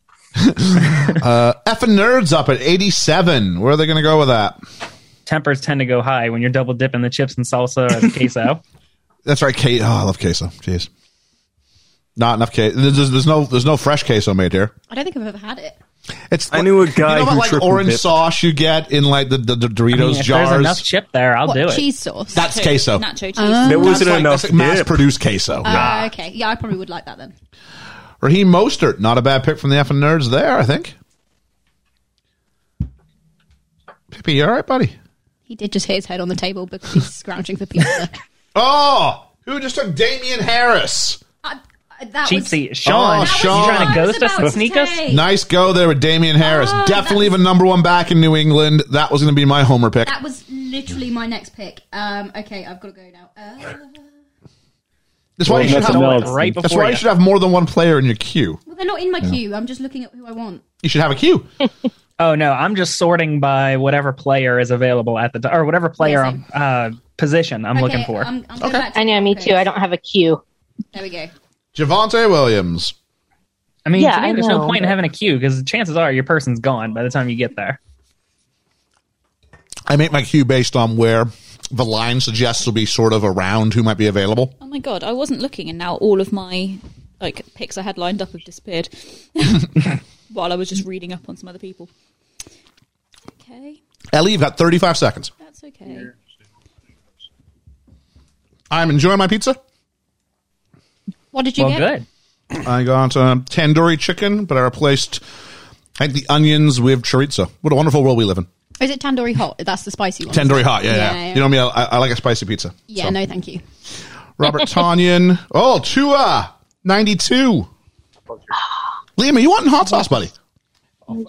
effing nerds up at 87. Where are they going to go with that? Tempers tend to go high when you're double dipping the chips and salsa or the queso. That's right, Kate. Oh, I love queso. Jeez, not enough queso. There's, there's no there's no fresh queso made here. I don't think I've ever had it. It's I knew a you know guy who about like triple orange dipped. sauce you get in like the, the, the I Doritos mean, if jars. there's enough chip there, I'll What, do it. cheese sauce? That's too? queso. Nacho cheese. Oh. There That's wasn't like- enough. that's like mass dip. produced queso. Uh, Ah, okay. Yeah, I probably would like that then. Raheem Mostert, not a bad pick from the effing nerds there. I think. Pippi, you all right, buddy? He did just hit his head on the table because he's scrounging for pizza. Oh, who just took Damian Harris? I, I- Uh, that Cheat was- seat. Sean, Oh, Sean. you trying to I was ghost us about and to sneak us? say, Nice go there with Damian Harris. Oh, Definitely that's- the number one back in New England. That was going to be my homer pick. That was literally my next pick. Um, okay, I've got to go now. Uh, That's why Well, you should nothing have else. Right That's before why you you. should have more than one player in your queue. well, they're not in my queue. I'm just looking at who I want. You should have a queue. Oh no, I'm just sorting by whatever player is available at the time, or whatever player Amazing. uh, position I'm okay, um, looking for. I'm, I'm okay. Back to I know, me picks. too. I don't have a queue. There we go. Javante Williams. I mean, Yeah, to me, I there's no know, point in but- having a queue because the chances are your person's gone by the time you get there. I make my queue based on where the line suggests will be sort of around who might be available. Oh my god, I wasn't looking, and now all of my like picks I had lined up have disappeared. While I was just reading up on some other people. Okay, Ellie, you've got 35 seconds. that's okay. I'm enjoying my pizza. What did you Well, get? good. I got um, tandoori chicken, but I replaced I think the onions with chorizo. What a wonderful world we live in. Is it tandoori hot? That's the spicy one. Tandoori hot, yeah, yeah. Yeah, yeah. You know me, I, I like a spicy pizza. yeah, So. no, thank you. Robert Tanyan. Oh, Tua, 92. Liam, are you wanting hot sauce, buddy?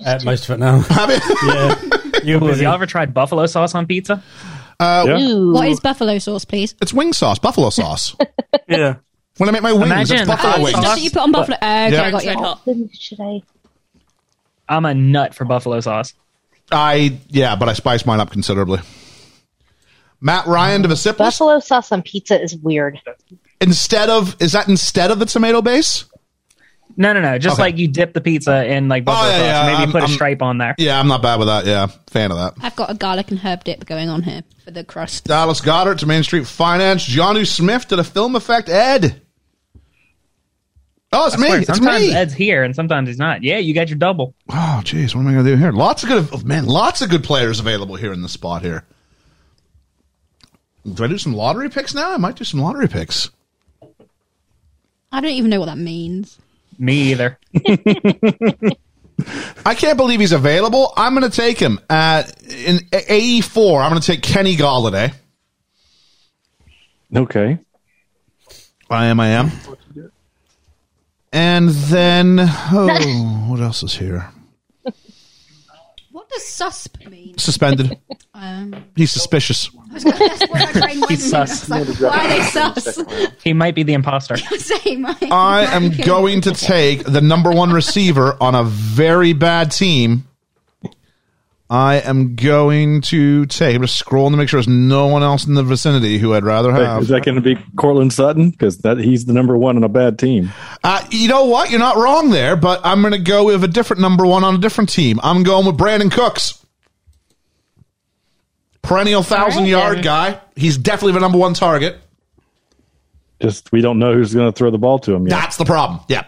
At most of it now. Have you? You Have y'all ever tried buffalo sauce on pizza? mm, Ooh. What is buffalo sauce, please? It's wing sauce, buffalo sauce. Yeah. When I make my wings, it's Imagine buffalo hot wings. Stuff sauce. that you put on buffalo. Oh, okay, Yeah. I got you. Hot. Then should I? I'm a nut for buffalo sauce. I yeah, but I spiced mine up considerably. Matt Ryan to the Sipples Buffalo sauce on pizza is weird. instead of is that instead of the tomato base? No, no, no. Just Okay. like you dip the pizza in like Oh, buffalo yeah, sauce. yeah, Maybe I'm- put a I'm- stripe on there. Yeah, I'm not bad with that. Yeah, fan of that. I've got a garlic and herb dip going on here for the crust. Dallas Goddard to Main Street Finance. Johnu Smith to the Film Effect. Ed. Oh, it's I swear, me. It's sometimes me. Ed's here and sometimes he's not. Yeah, you got your double. Oh, jeez. What am I going to do here? Lots of good, oh, man, lots of good players available here in the spot here. Do I do some lottery picks now? I might do some lottery picks. I don't even know what that means. Me either. I can't believe he's available. I'm going to take him. Uh, in AE4, I'm going to take Kenny Galladay. Okay. I am, I am. And then, oh, what else is here? What does susp mean? Suspended. Um, He's suspicious. that's what my brain went He's to. I sus. was like, why are they sus? He might be the imposter. Same, I- I am going to take the number one receiver on a very bad team. I am going to take. I'm just scrolling to make sure there's no one else in the vicinity who I'd rather Wait, have. is that going to be Cortland Sutton? Because that he's the number one on a bad team. Uh, you know what? You're not wrong there, but I'm going to go with a different number one on a different team. I'm going with Brandon Cooks. Perennial thousand yard guy. He's definitely the number one target. Just we don't know who's going to throw the ball to him yet. That's the problem. Yeah.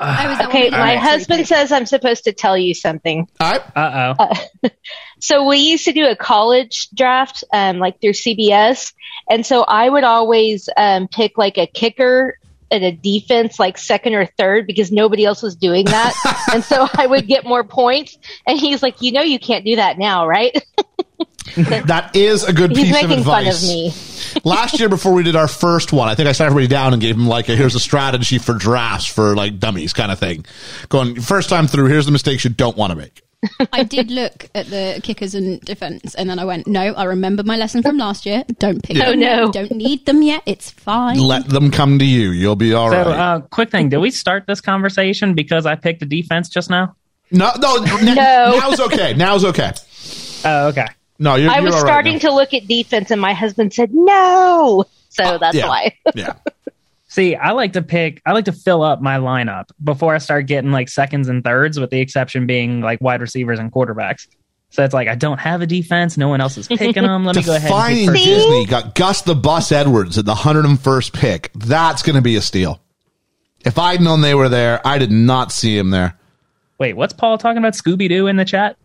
I was that Okay, one. my husband says I'm supposed to tell you something. All right. Uh oh. So we used to do a college draft, um, like through CBS, and so I would always um, pick like a kicker and a defense, like second or third, because nobody else was doing that, and so I would get more points. And he's like, "You know, you can't do that now, right?" That is a good he's piece of making advice. fun of me. last year before we did our first one, I think I sat everybody down and gave him like a here's a strategy for drafts for like dummies kind of thing. Going first time through, here's the mistakes you don't want to make. I did look at the kickers and defense, and then I went, no, I remember my lesson from last year. Don't pick Oh, them. yet. no. Don't need them yet. It's fine. Let them come to you. You'll be all So, right. uh, quick thing. Did we start this conversation because I picked a defense just now? no, no, n- No. Now's okay. Now's okay. Oh, okay. No, you're. I was you're all right starting now. to look at defense, and my husband said, "No." So that's yeah. why. yeah. See, I like to pick, I like to fill up my lineup before I start getting like seconds and thirds, with the exception being like wide receivers and quarterbacks. So it's like, I don't have a defense. No one else is picking them. Let me go ahead and pick Defining first. Disney got Gus the Bus Edwards at the 101st pick. That's going to be a steal. If I'd known they were there, I did not see him there. Wait, what's Paul talking about Scooby Doo in the chat?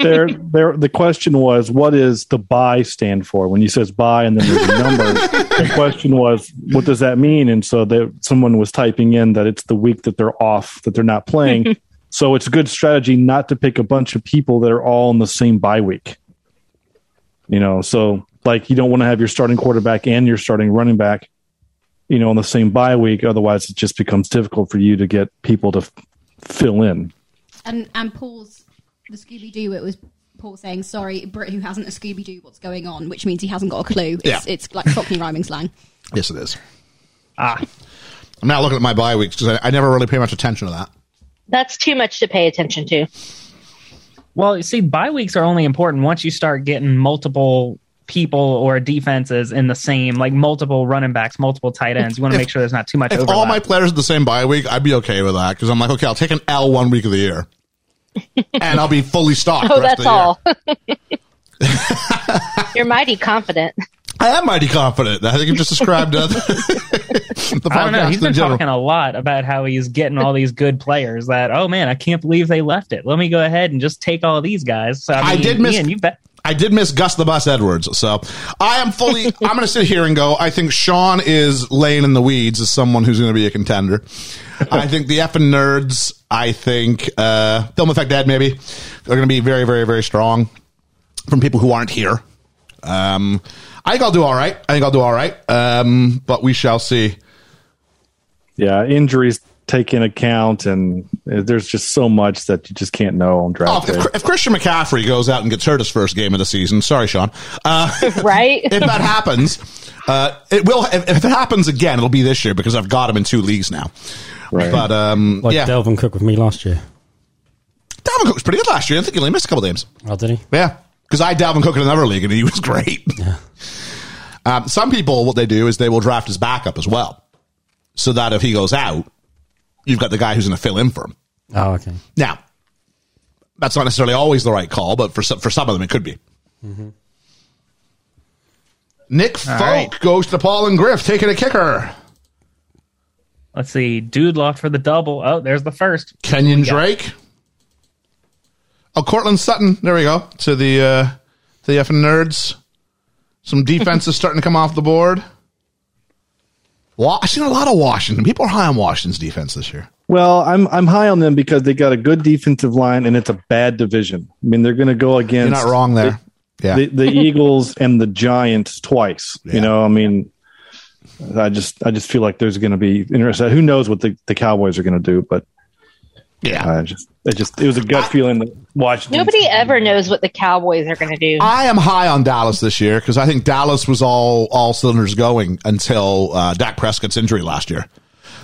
there, there. The question was, what is the buy stand for? When he says buy and then there's a number, the question was, what does that mean? And so that someone was typing in that it's the week that they're off, that they're not playing. so it's a good strategy not to pick a bunch of people that are all in the same bye week. You know, so like you don't want to have your starting quarterback and your starting running back, you know, on the same bye week. Otherwise, it just becomes difficult for you to get people to f- fill in. And, and Paul's, the Scooby Doo, it was Paul saying, sorry, Brit who hasn't a Scooby Doo, what's going on? Which means he hasn't got a clue. It's, Yeah. it's like Cockney rhyming slang. Yes, it is. Ah, I'm not looking at my bye weeks because I, I never really pay much attention to that. That's too much to pay attention to. well, you see, bye weeks are only important once you start getting multiple people or defenses in the same, like multiple running backs, multiple tight ends. You want to make sure there's not too much If overlap. all my players are the same bye week, I'd be okay with that because I'm like, okay, I'll take an L one week of the year, and I'll be fully stocked. Oh, the rest that's of the year. all. You're mighty confident. I am mighty confident. I think you just described uh, the podcast I don't know. He's in been general. talking a lot about how he's getting all these good players. That oh man, I can't believe they left it. Let me go ahead and just take all these guys. So, I, I mean, did miss- Ian, you bet. I did miss Gus the Bus Edwards, so I am fully. I'm going to sit here and go. I think Sean is laying in the weeds as someone who's going to be a contender. I think the effing nerds. I think uh, film effect dad maybe they're going to be very very very strong from people who aren't here. Um, I think I'll do all right. I think I'll do all right. Um, but we shall see. yeah, injuries take in account, and uh, there's just so much that you just can't know on Oh, draft day. if, if Christian McCaffrey goes out and gets hurt his first game of the season, sorry, Sean. Uh, Right? if that happens, uh, it will. If, if it happens again, it'll be this year because I've got him in two leagues now. Right. But um, Like yeah, Dalvin Delvin Cook with me last year. Cook was pretty good last year. I think he only missed a couple games. Oh, did he? Yeah, because I had Dalvin Cook in another league and he was great. Um, some people, what they do is they will draft his backup as well, so that if he goes out, You've got the guy who's going to fill in for him. Oh, okay. Now, that's not necessarily always the right call, but for some, for some of them, it could be. Nick Folk right. goes to Paul and Griff, taking a kicker. Let's see. Dude locked for the double. Oh, there's the first. Kenyon Drake. Oh, Cortland Sutton. There we go. To the uh, to the effing nerds. Some defense is starting to come off the board. Wa- I've seen a lot of Washington. People are high on Washington's defense this year. Well, I'm I'm high on them because they got a good defensive line and it's a bad division. I mean, they're going to go You're against not wrong there. yeah. the, the Eagles and the Giants twice. Yeah. You know, I mean, I just I just feel like there's going to be interesting. Who knows what the, the Cowboys are going to do? But yeah. I just it just it was a gut feeling that Washington. Nobody ever knows what the Cowboys are going to do. I am high on Dallas this year because I think Dallas was all all cylinders going until uh, Dak Prescott's injury last year.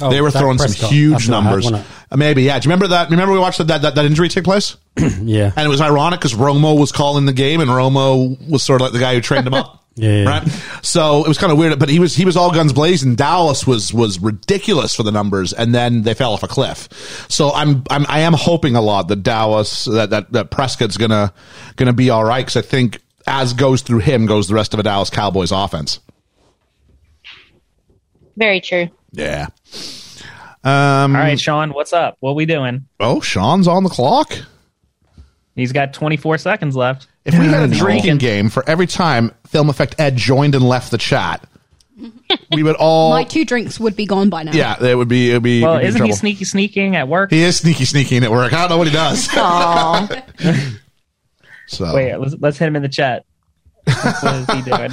they were Oh, Dak throwing some Prescott. huge That's not numbers. happening. Uh, Maybe, yeah. Do you remember that? Remember we watched that that, that injury take place, Yeah. and it was ironic because Romo was calling the game, and Romo was sort of like the guy who trained him up. Yeah, yeah. Right. So it was kind of weird, but he was he was all guns blazing. Dallas was was ridiculous for the numbers, and then they fell off a cliff. So I'm I'm I am hoping a lot that Dallas that that, that Prescott's gonna gonna be all right because I think as goes through him goes the rest of a Dallas Cowboys offense. Very true. Yeah. Um. All right, Mm. Sean, what's up? What we doing? Oh, Sean's on the clock. He's got 24 seconds left. If we had a drinking game for every time Film Effect Ed joined and left the chat, we would all. My two drinks would be gone by now. yeah, it would be. It would be. Well, we'd be in isn't he trouble. sneaky sneaking at work? He is sneaky sneaking at work. I don't know what he does. so Wait, let's, let's hit him in the chat. what is he doing?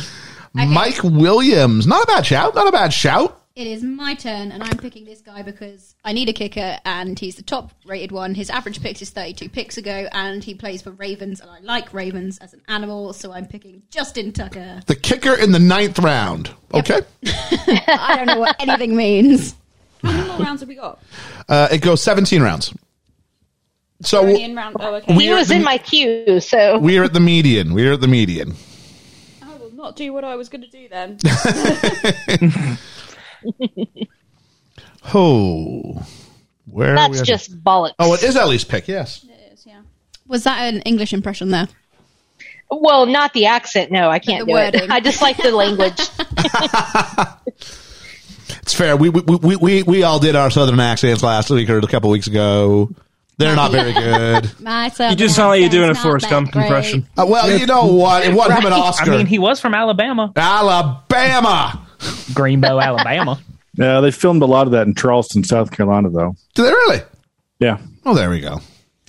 Mike Williams, not a bad shout, not a bad shout. It is my turn, and I'm picking this guy because I need a kicker, and he's the top rated one. His average picks is 32 picks ago, and he plays for Ravens, and I like Ravens as an animal, so I'm picking Justin Tucker. The kicker in the ninth round. Okay, I don't know what anything means. How many more rounds have we got? uh, it goes seventeen rounds. So We're only in round. Oh, okay. He was in my queue, so we're at the median. We're at the median. I will not do what I was going to do then. Oh, where? are we that's at? just bollocks. Oh, it is Ellie's pick. Yes. yeah. Was that an English impression there? Well, not the accent. No, I The can't do it. wording. I just like the language. It's fair. We we, we, we we all did our southern accents last week or a couple weeks ago. They're not very good. Myself, You just sound like you're doing a Forrest Gump impression. Uh, well, you know what? It won him an I Oscar. mean, he was from Alabama, Alabama. Greenbow, Alabama. Yeah, they filmed a lot of that in Charleston, South Carolina, though. Do they really? Yeah, Oh, there we go.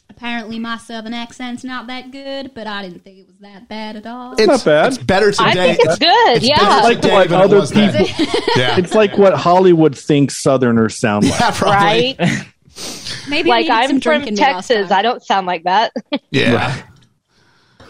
Apparently, my southern accent's not that good, but I didn't think it was that bad at all. It's not bad. It's better I today. think it's good. yeah. better Like today what than it other was then. Yeah. it's like what Hollywood thinks Southerners sound like. yeah, probably. Right, Maybe I like needed some I'm from drink in me last Texas. time. I don't sound like that. Yeah. Um,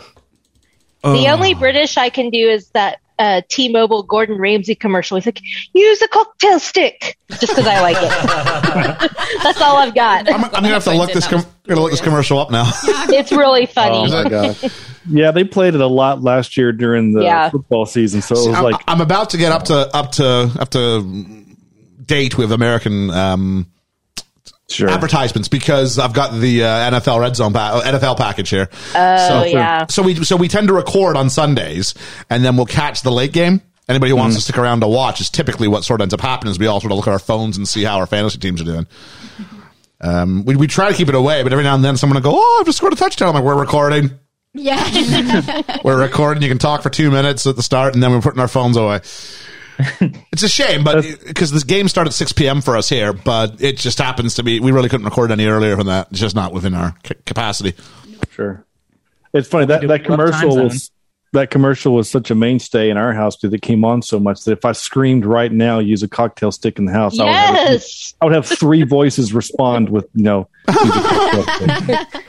Oh. The only British I can do is that uh, T-Mobile Gordon Ramsay commercial. He's like, "Use a cocktail stick," just because I like it. That's all I've got. I'm, I'm gonna have to look this. Com- gonna look this commercial up now. It's really funny. Oh, Is it- Yeah, they played it a lot last year during the Yeah. football season, so it was I'm, like I'm about to get up to up to up to date with American um, sure. advertisements because I've got the uh, NFL Red Zone pa- NFL package here. oh so, yeah. so we so we tend to record on Sundays, and then we'll catch the late game. Anybody who wants to stick around to watch is typically what sort of ends up happening. Is we all sort of look at our phones and see how our fantasy teams are doing. Um, we, we try to keep it away, but every now and then someone will go, "Oh, I've just scored a touchdown." I'm like, "We're recording. Yeah. We're recording. You can talk for two minutes at the start, and then we're putting our phones away." it's a shame, but because this game started at 6 p.m. for us here, but it just happens to be we really couldn't record any earlier than that. It's just not within our c- capacity. Sure. It's funny that do love that time commercial was zones. that commercial was such a mainstay in our house because it came on so much that if I screamed right now, use a cocktail stick in the house, I, would have, Yes, I would have three voices respond with no. use a cocktail stick.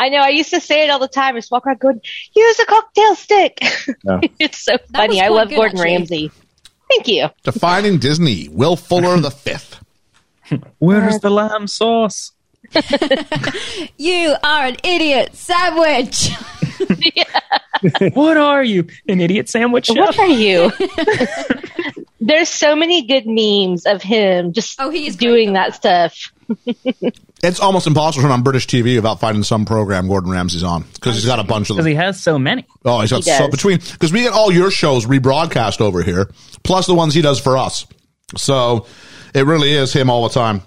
I know. I used to say it all the time. Just walk around going, "Use a cocktail stick." Yeah. it's so That was funny. I quite love good, Gordon actually. Ramsay. Thank you. Defining Disney, Will Fuller the fifth. Where is the lamb sauce? you are an idiot sandwich. What are you, an idiot sandwich chef? What are you? There's so many good memes of him just Oh, he is doing great. that stuff. It's almost impossible to turn on British TV without finding some program Gordon Ramsay's on because he's got a bunch of because them. he has so many. Oh, he's got He so does. between because we get all your shows rebroadcast over here, plus the ones he does for us. So it really is him all the time.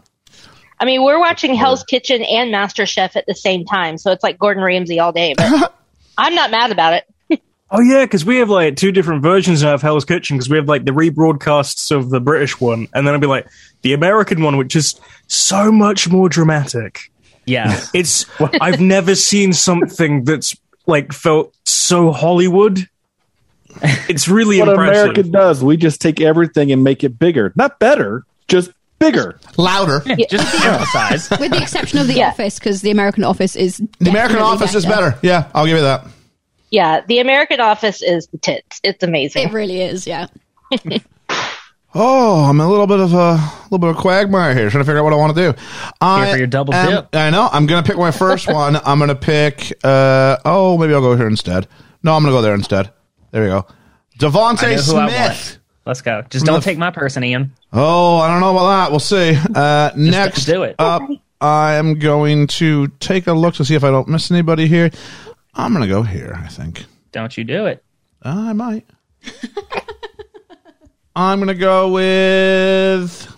I mean, we're watching Hell's Kitchen and MasterChef at the same time, so it's like Gordon Ramsay all day. But I'm not mad about it. Oh yeah, because we have like two different versions now of Hell's Kitchen. Because we have like the rebroadcasts of the British one, and then I'd be like the American one, which is so much more dramatic. Yeah, It's I've never seen something that's like felt so Hollywood. It's really what impressive. America does. We just take everything and make it bigger, not better, just bigger. Louder. just emphasize. With the exception of The Yeah. Office, because the American Office is. The American Office is better. Yeah, I'll give you that. Yeah, the American Office is the tits. It's amazing. It really is, yeah. Oh, I'm a little bit of a little bit of quagmire here, trying to figure out what I want to do. I Here for your double am- dip. I know. I'm gonna pick my first one. I'm gonna pick. uh Oh, maybe I'll go here instead. No, I'm gonna go there instead. There we go. I Devonte know who I Smith. Let's go. Just don't Motherf- take my person, Ian. Oh, I don't know about that. We'll see. Uh, next do it. up, I am going to take a look to see if I don't miss anybody here. I'm going to go here, I think. Don't you do it? I might. I'm going to go with.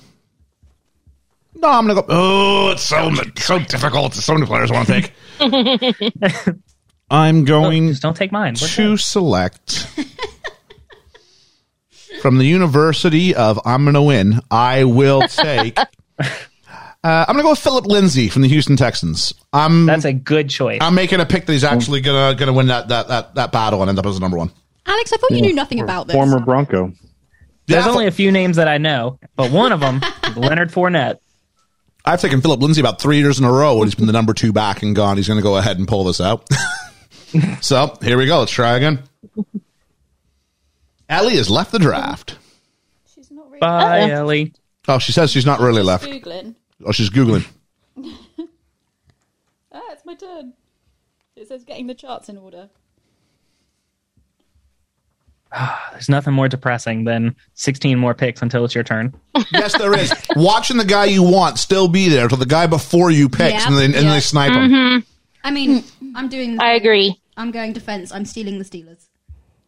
No, I'm going to go. Oh, it's so, it's so difficult. So many players I want to pick. I'm going Just don't take mine. We're to select from the University of I'm gonna win. I will take. Uh, I'm gonna go with Philip Lindsay from the Houston Texans. I'm good. That's a good choice. I'm making a pick that he's actually gonna gonna win that that that, that battle and end up as the number one. Alex, I thought you knew nothing about this. Former Bronco. There's Yeah, I only a few names that I know, but one of them, Leonard Fournette. I've taken Philip Lindsay about three years in a row, and he's been the number two back and gone. He's gonna go ahead and pull this out. so here we go. Let's try again. Ellie has left the draft. She's not really Bye, Ellie. Oh, she says she's not really left. googling. Oh, she's googling. Ah, it's my turn. It says getting the charts in order. There's nothing more depressing than 16 more picks until it's your turn. Yes, there is. Watching the guy you want still be there till the guy before you picks Yeah. and, they, and Yeah. they snipe him. I mean, I'm doing. I agree. I'm going defense. I'm stealing the Steelers.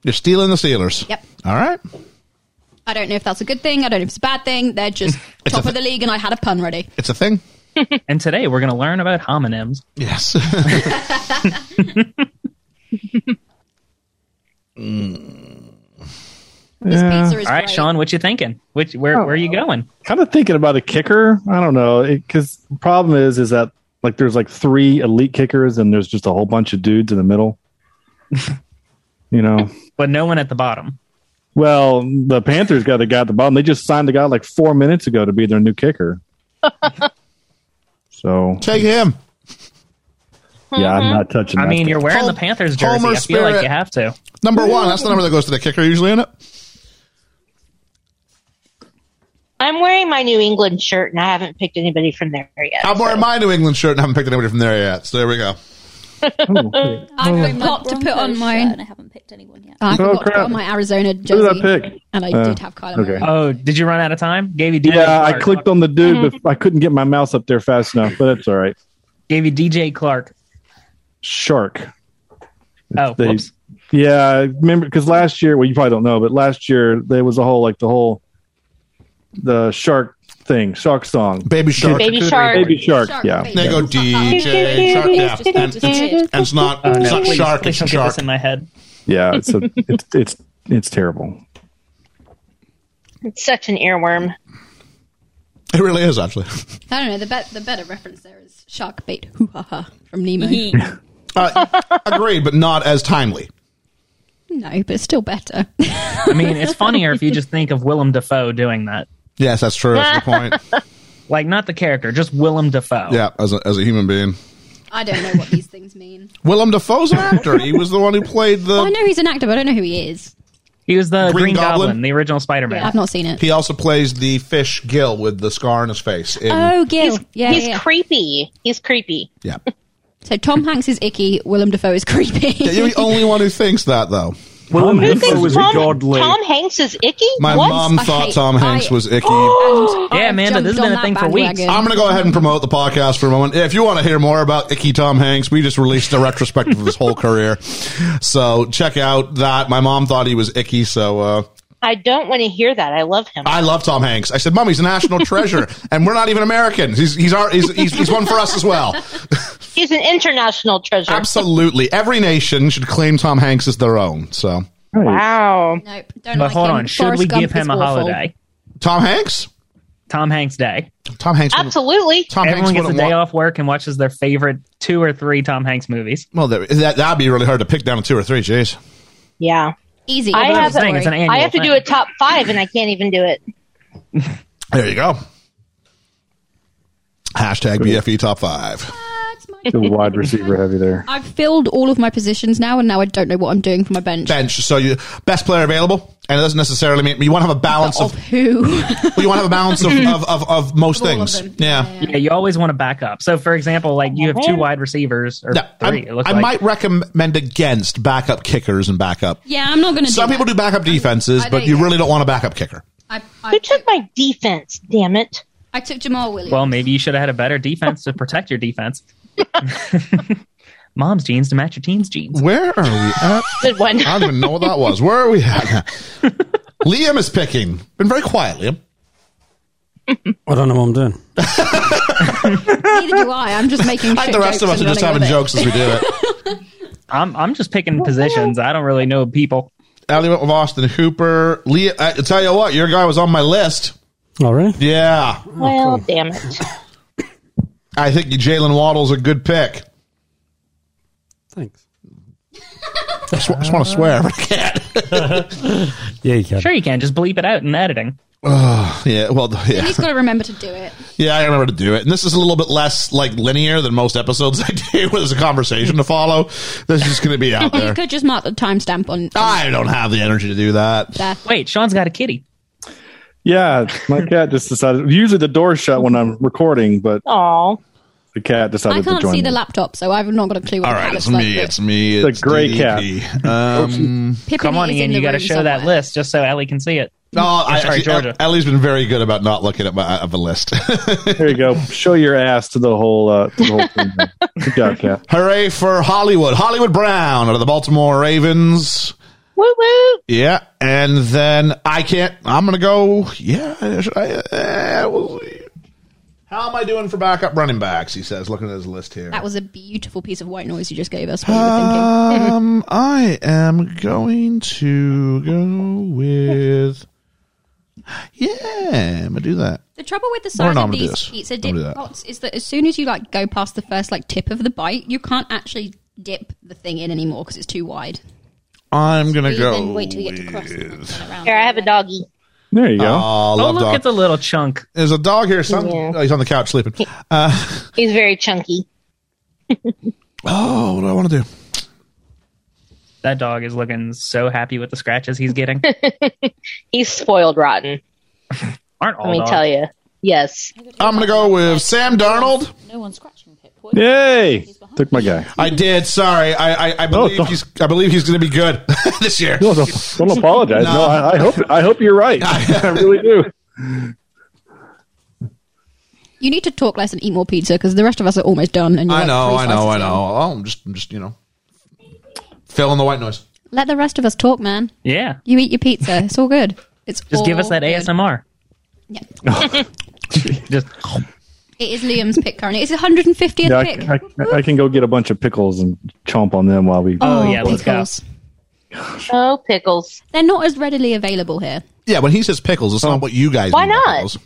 You're stealing the Steelers. Yep. All right. I don't know if that's a good thing. I don't know if it's a bad thing. They're just It's top a- of the league, and I had a pun ready. It's a thing. And today we're going to learn about homonyms. Yes. This pizza is All right, great. Sean, what you thinking? Which where where are you Oh. going? Kind of thinking about a kicker. I don't know because the problem is is that like there's like three elite kickers and there's just a whole bunch of dudes in the middle. you know. But no one at the bottom. Well, the Panthers got a guy at the bottom. They just signed a guy like four minutes ago to be their new kicker. so Take him. yeah, I'm not touching. I that mean, thing. you're wearing Hol- the Panthers jersey. Homer I feel like Spirit. you have to. Number one. That's the number that goes to the kicker usually, isn't it? I'm wearing my New England shirt, and I haven't picked anybody from there yet. I'm wearing my New England shirt and haven't picked anybody from there yet. So there we go. I forgot to put on my. And Oh, I haven't picked anyone yet. I forgot to put Oh, crap. on my Arizona jersey. Who did I pick? And I Uh, did have Kyler okay. Murray. Oh, did you run out of time? Gave you DJ Yeah, I Clark. clicked on the dude, Mm-hmm. but I couldn't get my mouse up there fast enough. But that's all right. Gave you DJ Clark. Shark. Oh, They- whoops. Yeah, I remember because last year, well, you probably don't know, but last year there was a whole like the whole the shark thing, shark song, Baby shark. Baby shark. baby shark. Shark, yeah, baby. They go DJ shark. Yeah. It's And just a it's, kid. and it's not, Oh, it's no, not please, shark. please it's don't get shark. this in my head. yeah. It's a, it's it's it's terrible. It's such an earworm. It really is actually. I don't know. The, bet the better reference there is shark bait. Hoo ha ha from Nemo. Uh, agreed, but not as timely. no, but it's still better. I mean, it's funnier if you just think of Willem Dafoe doing that. Yes, that's true. That's the point. Like, not the character, just Willem Dafoe. Yeah, as a, as a human being. I don't know what these things mean. Willem Dafoe's an actor. He was the one who played the. Oh, I know he's an actor, but I don't know who he is. He was the Green Green, Goblin? Goblin, the original Spider Man. I've not seen it. He also plays the fish Gil with the scar on his face. In, Oh, Gil. yeah, He's yeah, yeah. creepy. He's creepy. yeah. So Tom Hanks is icky. Willem Dafoe is creepy. Yeah, You're the only one who thinks that, though. Willem Who Dafoe thinks was Tom, godly. Tom Hanks is icky? My what? mom I thought hate- Tom Hanks I- Oh, was icky. And Yeah, I Amanda, this has jumped been on a that thing for weeks. bandwagon. I'm going to go ahead and promote the podcast for a moment. If you want to hear more about Icky Tom Hanks, we just released a retrospective of his whole career. So check out that. My mom thought he was icky, so uh, I don't want to hear that. I love him. I love Tom Hanks. I said, "Mom, he's a national treasure, and we're not even Americans. He's he's our, he's, he's he's one for us as well." He's an international treasure. Absolutely, every nation should claim Tom Hanks as their own. So Wow. Nope. Don't But like hold him. on, should Forrest we Gump give him is a awful. holiday? Tom Hanks, Tom Hanks Day. Tom Hanks, wouldn't- Absolutely. Tom Everyone Hanks gets a wouldn't day wa- off work and watches their favorite two or three Tom Hanks movies. Well, that that- that'd be really hard to pick down to two or three. Jeez. Yeah. Easy. I Don't have, the thing, it's an worry. annual I have to thing. do a top five and I can't even do it. There you go. Hashtag BFE top five. That's my- Good wide receiver heavy there. I've filled all of my positions now, and now I don't know what I'm doing for my bench. Bench. So you best player available, and it doesn't necessarily mean you want to have a balance Of of who? well, you want to have a balance of of, of, of most All of things. them. Yeah. Yeah, you always want to back up. So, for example, like you have two wide receivers or Yeah, I'm- three. it looks I like. might recommend against backup kickers and backup. yeah, I'm not going to. Some do people that. do backup defenses, I but think- you really don't want a backup kicker. I, I, Who took my defense? Damn it. I took Jamal Williams. Well, maybe you should have had a better defense to protect your defense. Mom's jeans to match your teen's jeans. Where are we at? Good one. I don't even know what that was. Where are we at? Liam is picking. Been very quiet, Liam. I don't know what I'm doing. Neither do I. I'm just making. Like shit the rest of us jokes are and just having running with it. jokes as we do it. I'm I'm just picking positions. I don't really know people. Ellie went with Austin Hooper. Liam, I I tell you what, your guy was on my list. Oh, really? Yeah. Well, damn it. I think Jalen Waddle's a good pick. Thanks. I just, want to swear, but I can't. Yeah, you can. Sure, you can just bleep it out in editing. Yeah, well, yeah. He's got to remember to do it. Yeah, I remember to do it. And this is a little bit less like linear than most episodes I do where there's a conversation to follow. This is going to be out You there. could just mark the timestamp on. Ah. I don't have the energy to do that. there. Wait, Sean's got a kitty. Yeah, my cat just decided. Usually the door's shut when I'm recording, but Aw. the cat I decided to can't join. see the me. laptop, so I've not got a clue. What All the right, hell it's like, me. but It's me. The It's gray DDP. Um, Pippity Come on, is in Ian, the you got to room show that somewhere. list just so Ellie can see it. no, I, sorry, actually, Georgia. Ellie's been very good about not looking at my of a list. There you go. Show your ass to the whole. Uh, to the whole thing. Good job, cat. Hooray for Hollywood! Hollywood Brown out of the Baltimore Ravens. Woo woo. Yeah, and then I can't. I'm gonna go. Yeah, should I, uh, we'll see. how am I doing for backup running backs? He says, looking at his list here. That was a beautiful piece of white noise you just gave us. What you were thinking? Um, I am going to go with. Yeah, I'm gonna do that. The trouble with the Or size no, I'm of gonna do these this. pizza I'm gonna dip do that. pots is that as soon as you like go past the first like tip of the bite, you can't actually dip the thing in anymore because it's too wide. I'm gonna you go. then wait till you get to cross and with- turn around. Here, I have a doggy. There you go. Aw, Oh, love look, dog. it's a little chunk. There's a dog here. Some, Yeah. oh, he's on the couch sleeping. He's very chunky. Oh, what do I want to do? That dog is looking so happy with the scratches he's getting. He's spoiled rotten. Aren't Let all me dogs? tell you. Yes. I'm gonna go with Sam Darnold. No one's scratching Pip. What? Yay! Took my guy. I did. Sorry. I I, I believe don't- he's. I believe he's gonna be good this year. No, Oh, don't, don't apologize. No, I, I hope I hope you're right. I really do. You need to talk less and eat more pizza because the rest of us are almost done. And you're, I like, know. three I know. slices I in. know. Oh, I'm just. I'm just. You know. Fill in the white noise. Let the rest of us talk, man. Yeah, You eat your pizza. It's all good. It's just give us Oh, all that good. ASMR. Yeah. Just It is Liam's pick currently. It's 150th Yeah, pick. I, I, I can go get a bunch of pickles and chomp on them while we. Oh, yeah, let's go. Oh, pickles. They're not as readily available here. Yeah, when he says pickles, it's not what you guys. Why mean by not? pickles.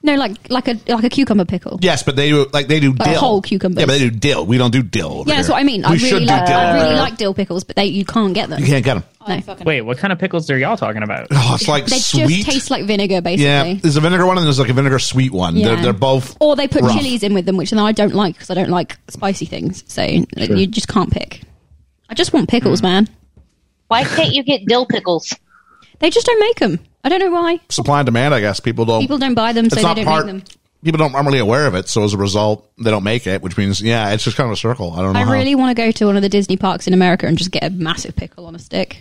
No, like like a like a cucumber pickle. Yes, but they do like they do Like dill. whole cucumbers. Yeah, but they do dill. We don't do dill. over Yeah, that's here. what I mean. We I should really do like dill. I over really here. like dill pickles, but they you can't get them. You can't get them. I fucking wait. What kind of pickles are y'all talking about? Oh, it's like They sweet. just taste like vinegar, yeah, basically. there's a vinegar one and there's like a vinegar sweet one. They're Yeah. they're both. Or they put rough. chilies in with them, which then I don't like because I don't like spicy things. So like, you just can't pick. I just want Hmm. pickles, man. Why can't you get dill pickles? They just don't make them. I don't know why. Supply and demand, I guess. People don't. People don't buy them, so it's they not don't part. make them. People don't aren't really aware of it, so as a result, they don't make it, which means yeah, it's just kind of a circle. I don't know. I how. really want to go to one of the Disney parks in America and just get a massive pickle on a stick.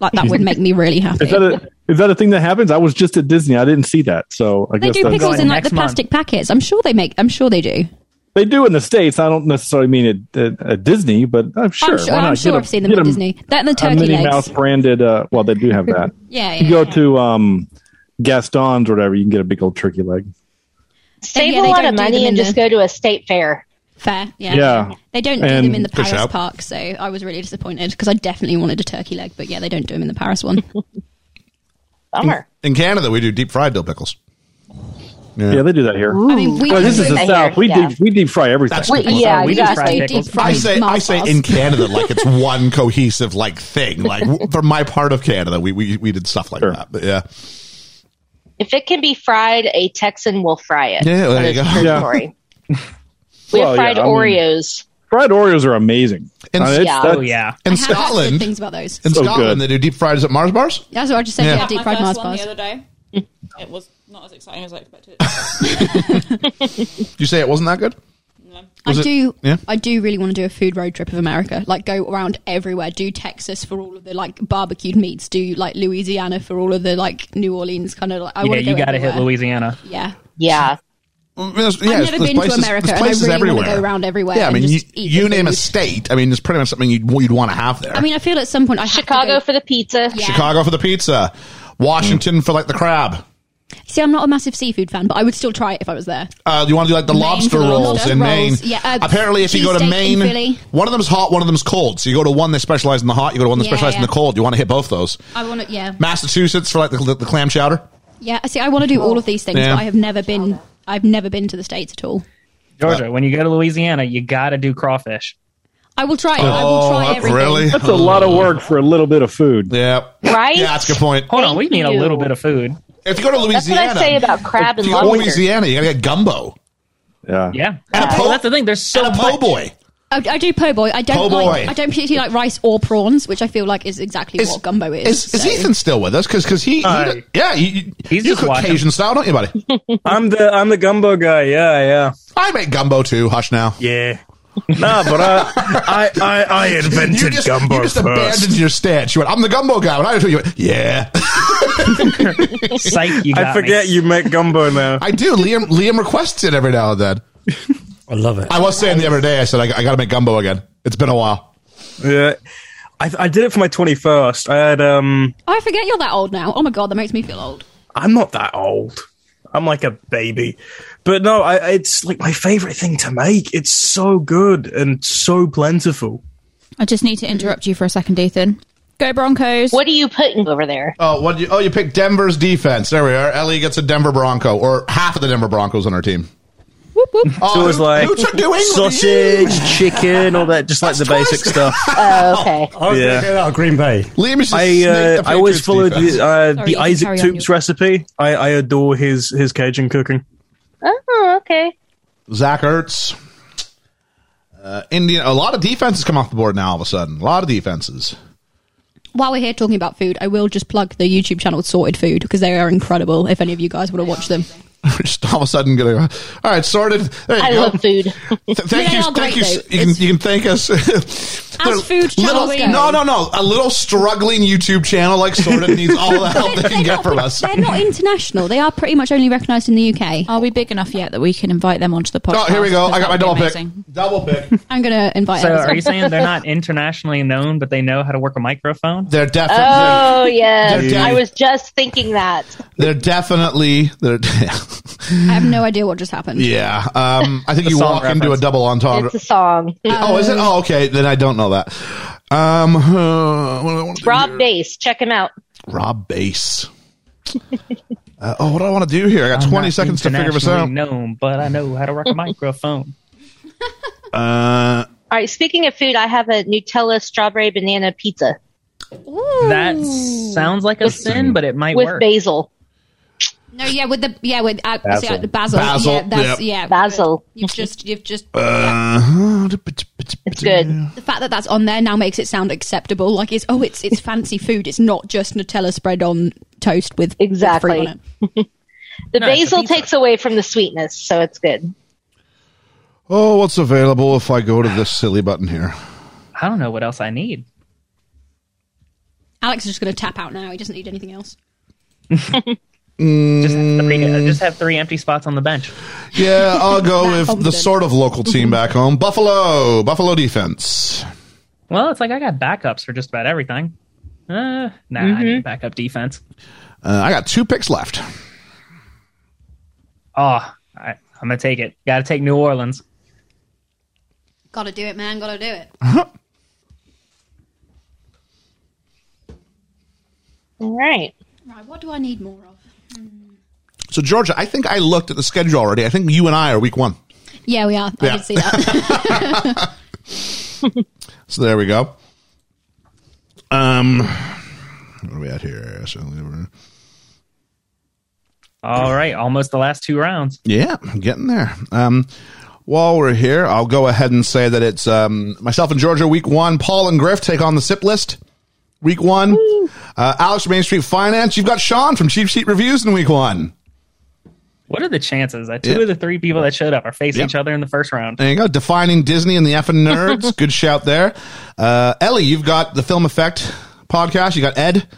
Like that would make me really happy. Is that a is that a thing that happens? I was just at Disney. I didn't see that, so I they guess do that's, pickles going in like next the month. plastic packets. I'm sure they make. I'm sure they do. they do in the states. I don't necessarily mean at, at, at Disney, but I'm sure. I'm sure. why not? I'm Get sure a- I've seen them get at a- Disney. That and the A turkey Minnie legs. Mouse branded. Uh, well, they do have that. Yeah, You yeah. go to um, Gaston's or whatever, you can get a big old turkey leg. Save yeah, a they lot don't of do money them and in just the- go to a state fair. Fair. Yeah. Yeah. They don't do And them in the push Paris up. park, so I was really disappointed because I definitely wanted a turkey leg, but yeah, they don't do them in the Paris one. Bummer. In Canada, we do deep fried dill pickles. Yeah, they do that here. I mean, we Well, do this is the Right South. here, We yeah. deep, we deep fry everything. That's We, pickles. yeah, Oh, we just exactly. fried do pickles. deep I fried say I say Mars in bars. Canada like it's one cohesive like thing. Like w- for my part of Canada, we we, we did stuff like Sure. that. But yeah, If it can be fried, a Texan will fry it. Yeah, there That you is go. true Yeah. story. We Well, have yeah, fried I mean- Oreos. Fried Oreos are amazing. And- I mean, it's- Yeah. that's- Oh yeah. in I have heard good Scotland, things about those. in So Scotland good. they do deep fries at Mars bars. That's what I just said. Yeah. Yeah, Had deep my fried Mars first one bars. the other day. It was not as exciting as I expected. Did you say it wasn't that good? I Was it- do. yeah? I do really want to do a food road trip of America. Like go around everywhere. Do Texas for all of the like barbecued meats. Do like Louisiana for all of the like New Orleans kind of like. I Yeah, want to you go got to hit everywhere. Louisiana. Yeah, Yeah. Mm, there's- yeah, I've there's- never there's been places- to America, there's and I places really want to everywhere. go around everywhere. Yeah, I mean, and you, just eat you the name a food. state. I mean, it's pretty much something you'd you'd want to have there. I mean, I feel at some point I have to Chicago go- for the pizza. Yeah. Mm. Chicago for the pizza, Washington for like the crab. See, I'm not a massive seafood fan, but I would still try it if I was there. Uh, you want to do like the Maine lobster for the rolls lobster in Maine? rolls. Yeah, uh, Apparently, if you go to cheesesteak in Maine, Philly. one of them's hot, one of them's cold. So you go to one that specializes in the hot, you go to one that Yeah, specializes in yeah. the cold. You want to hit both those. I want to, yeah, Massachusetts for like the, the, the clam chowder. yeah. See, I want to do all of these things, Yeah. but I have never been. I've never been to the states at all. Georgia, when you go to Louisiana, you got to do crawfish. I will try it. I Oh, will try everything. That's a lot of work for a little bit of food. Yeah. Right? Yeah, that's a good point. Hold on, Thank we need a you. little bit of food. If you go to That's what Louisiana, I say about crab if and you go to lobster. Louisiana, you gotta get gumbo Yeah. Yeah, And a po- Well, Oh, that's the thing. There's so and a po' much. boy. I, I do po' boy. I don't Po' like. boy. I don't particularly like rice or prawns, which I feel like is exactly Is- what gumbo is. Is, is so- Ethan still with us? Because he, he- Aye. yeah, you, you- He's you just cook watching. Cajun style, don't you, buddy? I'm the I'm the gumbo guy. Yeah, yeah, I make gumbo too. Hush now. yeah. nah, but I I I, I invented You just, gumbo you just first. abandoned your stance. You went, I'm the gumbo guy. And I was you went, yeah. Psych, you got I forget me. you make gumbo now. I do. Liam Liam requests it every now and then. I love it. I was saying the other day, I said, I, I got to make gumbo again. It's been a while. Yeah. I, I did it for my 21st. I had um I forget you're that old now. Oh my god, that makes me feel old. I'm not that old. I'm like a baby. But no, I it's like my favorite thing to make. It's so good and so plentiful. I just need to interrupt you for a second, Ethan. Go Broncos. What are you putting over there? Oh, what? You, oh, you picked Denver's defense. There we are. Ellie gets a Denver Bronco, or half of the Denver Broncos on her team. Whoop, wop. Oh, So it was who- like who took New England? sausage, chicken, all that, just like the basic stuff. Oh, okay. I was Yeah. going to go out of Oh, Green Bay. Liam is just I snake the uh, I always Patriots followed defense. the, uh, Sorry, you the can Isaac carry on, Toops you- recipe. I, I adore his his Cajun cooking. Oh, okay. Zach Ertz. Uh, Indian. A lot of defenses come off the board now. All of a sudden, a lot of defenses. While we're here talking about food, I will just plug the YouTube channel Sorted Food because they are incredible. If any of you guys want to watch them, just all of a sudden gonna. Go, all right, sorted. There you I go. love food. Th- thank They you, are thank great, you. s- though. You can, It's- you can thank us. As food little, channels go. no, no, no. A little struggling YouTube channel like Sorted needs all the help they can get from us. they're not international. They are pretty much only recognised in the UK. Are we big enough yet that we can invite them onto the podcast? Oh, here we go. I got my That would double be pick. amazing. Double pick. I'm going to invite. So, others. are you saying they're not internationally known, but they know how to work a microphone? They're definitely. Oh, They're yes. done. I was just thinking that. They're definitely. They're. I have no idea what just happened. yeah. Um. I think you song walk into a reference. double entendre. It's a song. oh, is it? Oh, okay. Then I don't know that. Um. uh, what do I want to do Rob here? Bass. Check him out. Rob Bass. uh, oh, what do I want to do here? I got I'm 20 not seconds to figure this out. internationally Known, but I know how to work a microphone. Uh, All right. Speaking of food, I have a Nutella strawberry banana pizza That sounds like a sin, but it might with work. basil. No, yeah, with the yeah with uh, basil. the basil, Basil, yeah, yep. that's, yeah, Basil. You've just you've just uh, It's Uh-huh. good. the fact that that's on there now makes it sound acceptable. Like it's oh, it's it's fancy food. It's not just Nutella spread on toast with with Exactly. fruit on it. The No, it's a basil pizza. takes away from the sweetness, so it's good. Oh, what's available if I go to this silly button here? I don't know what else I need. Alex is just going to tap out now. He doesn't need anything else. Just have, three, uh, just have three empty spots on the bench. Yeah, I'll go That with the confident. sort of local team back home. Buffalo. Buffalo defense. Well, it's like I got backups for just about everything. Uh, nah, Mm-hmm. I need backup defense. Uh, I got two picks left. Oh, I, I'm gonna take it. Got to take New Orleans. Gotta do it, man. Gotta do it. All right. Right, what do I need more of? So, Georgia, I think I looked at the schedule already. I think you and I are week one. Yeah, we are. I Yeah. did see that. So there we go. Um, what are we at here? So we were- All right, almost the last two rounds. yeah, I'm getting there. Um, while we're here, I'll go ahead and say that it's um, myself and Georgia week one. Paul and Griff take on the sip list week one. Uh, Alex from Main Street Finance. You've got Sean from Cheap Sheet Reviews in week one. What are the chances that two Yeah. of the three people that showed up are facing Yeah. each other in the first round? There you go. Defining Disney and the effing nerds. Good shout there. Uh, Ellie, you've got the Film Effect podcast. You got Ed.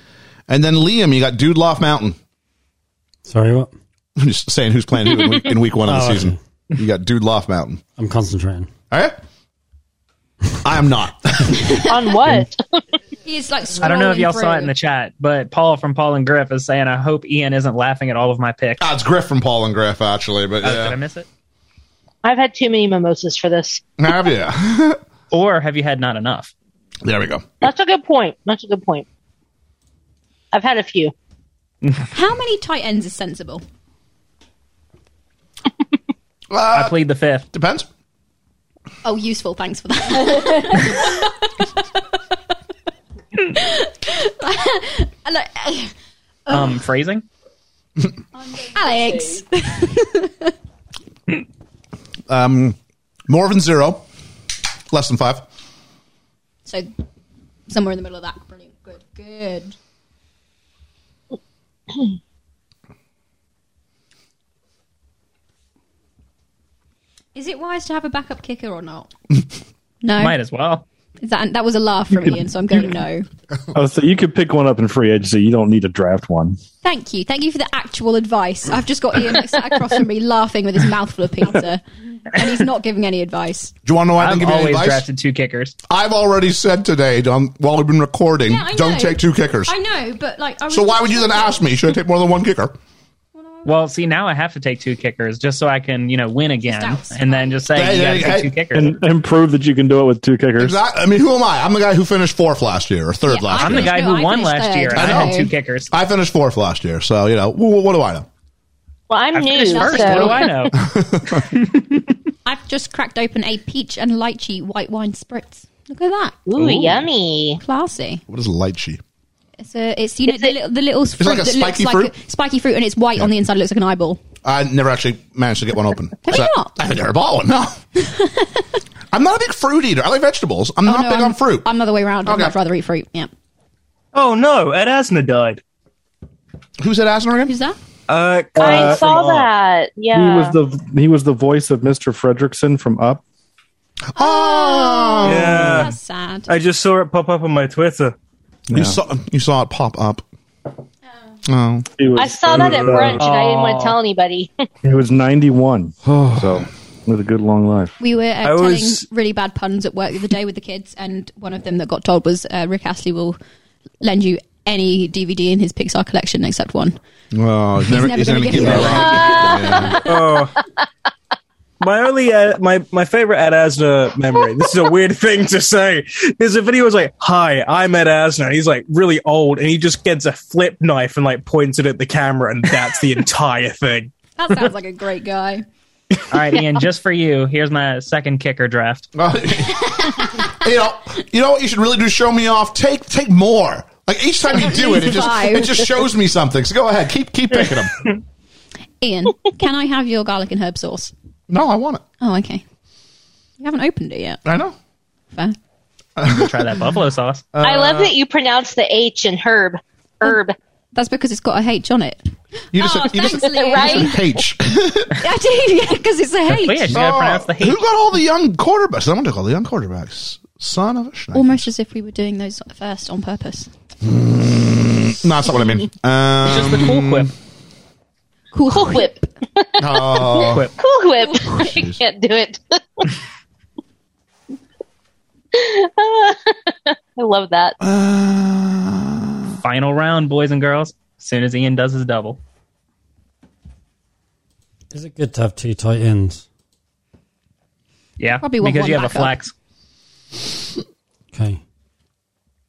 And then Liam, you got Dude Loft Mountain. Sorry, what? I'm just saying who's playing who in week, in week one of the Oh, season. You got Dude Loft Mountain. I'm concentrating. All right. I am not. On what? He is like I don't know if scrolling y'all saw it in through. the chat, but Paul from Paul and Griff is saying, "I hope Ian isn't laughing at all of my picks." Ah, it's Griff from Paul and Griff, actually. But Uh, Did I yeah. miss it? I've had too many mimosas for this. Have you? Or have you had not enough? There we go. That's a good point. That's a good point. I've had a few. How many tight ends is sensible? I plead the fifth. Depends. Oh, useful. Thanks for that. And, like, Uh, Um, phrasing. Alex, Um, More than zero, less than five. So somewhere in the middle of that. Brilliant. Good. Good. Is it wise to have a backup kicker or not? No. Might as well. Is that that was a laugh from Ian, so I'm going no. Oh, so you could pick one up in free agency. You don't need to draft one. Thank you. Thank you for the actual advice. I've just got Ian like, sat across from me laughing with his mouth full of pizza. And he's not giving any advice. Do you want to know? why I I've didn't give you any always advice. drafted two kickers. I've already said today on, while we've been recording, Yeah, I don't know. take two kickers. I know, but like, I was So why would you then ask me? Should I take more than one kicker? Well, see, now I have to take two kickers just so I can, you know, win again, Just outside. and then just say Yeah, yeah, you got to yeah. take two kickers. And, and prove that you can do it with two kickers. Exactly. I mean, who am I? I'm the guy who finished fourth last year or third Yeah, last I'm year. the guy No, who I won finished last third. year. and I I, know. had two kickers. I finished fourth last year, so you know wh- what do I know? Well, I'm I new. finished first. so- What do I know? I've just cracked open a peach and lychee white wine spritz. Look at that. Ooh, yummy. Classy. What is lychee? It's a, it's you know the, little the little fruit like a that spiky looks fruit? like a spiky fruit and it's white on the inside. It looks like an eyeball. I never actually managed to get one open. Have you So- not? I've never bought one. No, I'm not a big fruit eater. I like vegetables. I'm not Oh, no, big I'm, on fruit. I'm the other way around. I'd Okay. much rather eat fruit. Yeah. Oh no, Ed Asner died. Who's at Asner again? Who's that? Uh, I uh, saw that. Yeah. He was the he was the voice of Mr. Fredrickson from Up. Oh, yeah, That's sad. I just saw it pop up on my Twitter. you saw you saw it pop up. Oh, He was, I saw that at brunch, and I didn't want to tell anybody. He was 91. so with a good long life. We were uh, I telling was- really bad puns at work the other day with the kids, and one of them that got told was uh, Rick Astley will lend you any DVD in his Pixar collection except one. oh he's, never gonna get it. that right. Oh. My only, uh, my my favorite Ed Asner memory. This is a weird thing to say. There's a video. It's like, "Hi, I'm Ed Asner." He's like really old, and he just gets a flip knife and like points it at the camera, and that's the entire thing. That sounds like a great guy. All right, Ian, just for you, here's my second kicker draft. you know, you know what you should really do? Show me off. Take take more. Like each time you do it, it just Five. it just shows me something. So go ahead, keep keep picking them. Ian, can I have your garlic and herb sauce? No, I want it. Oh, okay. You haven't opened it yet. I know. Fair. Try that buffalo sauce. I Uh. love that you pronounce the H in herb. Herb. That's because it's got a H on it. You just Oh, said, you just said, thanks, Liam. you just said H. I do, yeah, because it's a But yeah, H. you gotta pronounce the Oh, Who H. got all the young quarterbacks? I want to call the young quarterbacks. Son of a schneid. Almost as if we were doing those first on purpose. no, that's not what I mean. Um, Just the cool quip. Cool, whip. Oh. Quip. Cool whip. I can't do it. I love that. Final round, boys and girls. As soon as Ian does his double. Is it good to have two tight ends? Yeah. Probably want because one you have backup. a flex. Okay.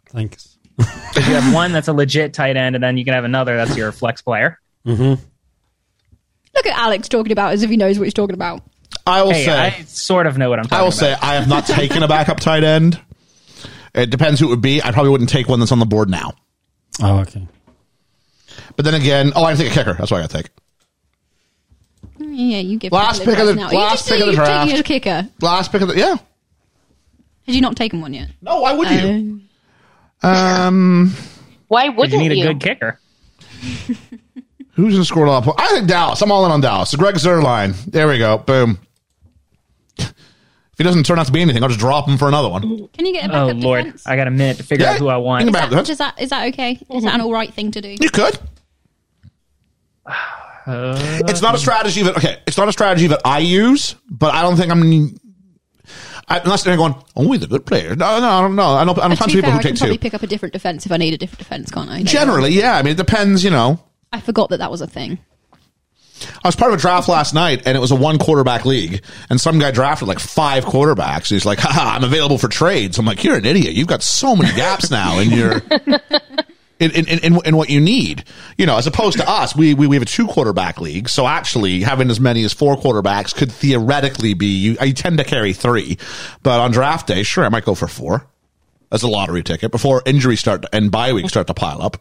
Thanks. If you have one that's a legit tight end, and then you can have another that's your flex player. Mm-hmm. Look at Alex talking about as if he knows what he's talking about. I will Hey, say. I sort of know what I'm talking I will about. say I have not taken a backup tight end. It depends who it would be. I probably wouldn't take one that's on the board now. Oh, okay. But then again, oh, I take a kicker. That's what I got to take. Yeah, you give Last people pick of the- advice now. last you just pick say of the you've taken draft. a kicker. Last pick of the yeah. Had you not taken one yet? No, why would you? Oh. Um, Why But you wouldn't you? need a good kicker. who's gonna score a lot of points? I think Dallas. I'm all in on Dallas. So Greg Zerline. There we go. Boom. If he doesn't turn out to be anything, I'll just drop him for another one. Can you get a Oh backup lord, defense? I got a minute to figure Yeah. out who I Think want. about that. Is that is that okay? Is that an all right thing to do? You could. Uh, it's not a strategy that okay. It's not a strategy that I use, but I don't think I'm. I, unless they're going only the good players. No, no, I don't know. I know. I know Uh, to tons be of people fair, who I take can probably two. pick up a different defense if I need a different defense, can't I? Generally, yeah. I mean, it depends. You know, I forgot that that was a thing. I was part of a draft last night, and it was a one quarterback league, and some guy drafted like five quarterbacks. He's like, "Haha, I'm available for trades." I'm like, "You're an idiot. You've got so many gaps now in your." In, in, in, in what you need, you know, as opposed to us, we, we, we have a two quarterback league. So actually having as many as four quarterbacks could theoretically be, you, I tend to carry three, but on draft day, sure, I might go for four as a lottery ticket before injuries start to, and bye weeks start to pile up.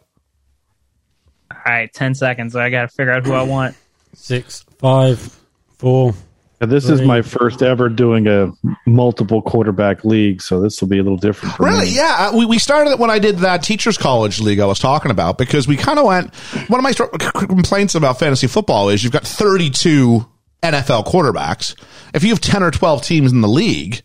All right, ten seconds. So I got to figure out who I want. Six, five, four. And this is my first ever doing a multiple quarterback league, so this will be a little different. For Really? me. Yeah. We, we started it when I did that teachers college league I was talking about because we kind of went. One of my str- c- c- complaints about fantasy football is you've got 32 NFL quarterbacks. If you have 10 or 12 teams in the league,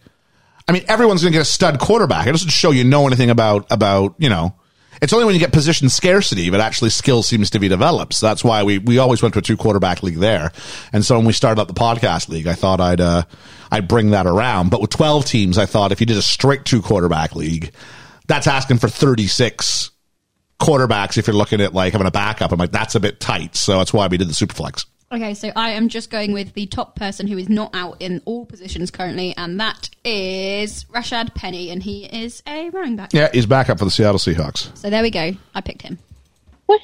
I mean, everyone's going to get a stud quarterback. It doesn't show you know anything about about you know. It's only when you get position scarcity that actually skill seems to be developed. So that's why we, we always went to a two quarterback league there. And so when we started up the podcast league, I thought I'd uh, I'd bring that around. But with twelve teams, I thought if you did a strict two quarterback league, that's asking for thirty six quarterbacks. If you're looking at like having a backup, I'm like that's a bit tight. So that's why we did the super flex. Okay, so I am just going with the top person who is not out in all positions currently, and that is Rashad Penny, and he is a running back. Yeah, he's backup for the Seattle Seahawks. So there we go. I picked him.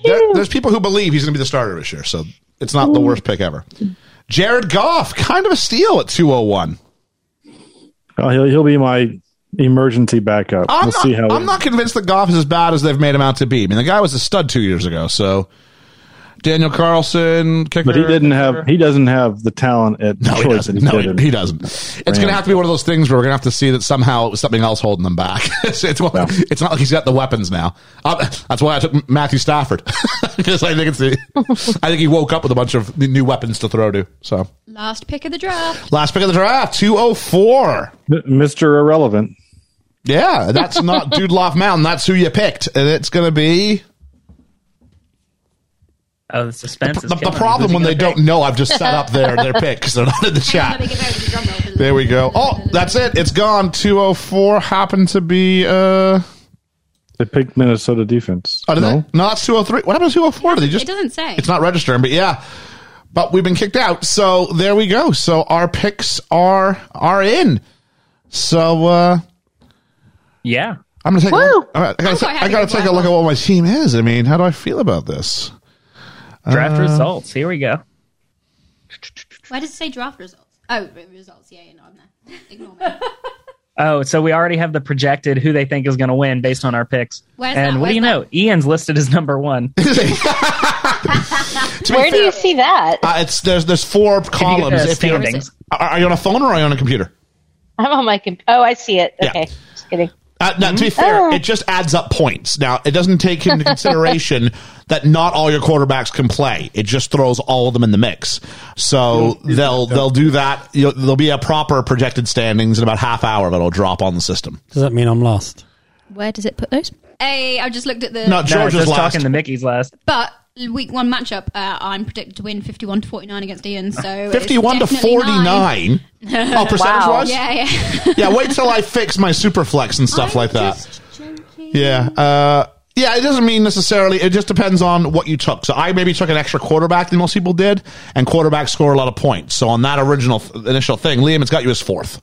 There, there's people who believe he's going to be the starter this year, so it's not Mm. the worst pick ever. Jared Goff, kind of a steal at 201. Oh, he'll, he'll be my emergency backup. I'm, we'll not, see how. I'm not convinced that Goff is as bad as they've made him out to be. I mean, the guy was a stud two years ago, so Daniel Carlson, kicker. but he didn't have. He doesn't have the talent at No, he Detroit doesn't. that he No, did. he, he doesn't. It's going to have to be one of those things where we're going to have to see that somehow it was something else holding them back. it's, it's, one- it's not like he's got the weapons now. Uh, that's why I took Matthew Stafford because I think it's the, I think he woke up with a bunch of new weapons to throw to. So. Last pick of the draft. Last pick of the draft, 204. M- Mr. Irrelevant. Yeah, that's not Dude Loft Mountain. That's who you picked. And it's going to be. Oh, the suspense is The, the killing me. problem Who's when he they gonna don't know, I've just set up their, their pick because they're not in the chat. Let me give everybody a drum roll for the- There we go. Oh, that's it. It's gone. 204 happened to be. uh They picked Minnesota defense. Oh, did no, no. no, that's 203. What happened to 204? Did they just, It doesn't say. It's not registering, but yeah. But we've been kicked out. So there we go. So our picks are are in. So uh pick? Yeah. I'm gonna take. A Woo! look. all right, I gotta, quite ta- I happy gotta with take my a look one. at what my team is. I mean, how do I feel about this? Uh, Draft results. Here we go. Where does it say draft results? Oh, re- results. Yeah, yeah, no, I'm there. Ignore me. Oh, so we already have the projected who they think is going to win based on our picks. Where's and that? what do you Where's know? Ian's listed as number one. If Where do you see that? Uh, it's there's there's four you get the columns. If you're, Uh, standings. are, are you on a phone or are you on a computer? I'm on my comp- Oh, I see it. Yeah. Okay. Just kidding. Uh, now, to be fair, Oh. it just adds up points. Now, it doesn't take into consideration that not all your quarterbacks can play. It just throws all of them in the mix. So they'll they'll do that. You'll, there'll be a proper projected standings in about half hour that'll drop on the system. Does that mean I'm lost? Where does it put those? Hey, I just looked at the. No, George was last. talking to Mickey's last. But week one matchup, uh, I'm predicted to win 51 to 49 against Ian. So it's 51 to definitely 49. nine. Oh, percentage wise? Yeah, yeah. yeah, wait till I fix my superflex and stuff like that. Yeah. Uh, yeah, it doesn't mean necessarily. It just depends on what you took. So I maybe took an extra quarterback than most people did, and quarterbacks score a lot of points. So on that original initial thing, Liam, it's got you as fourth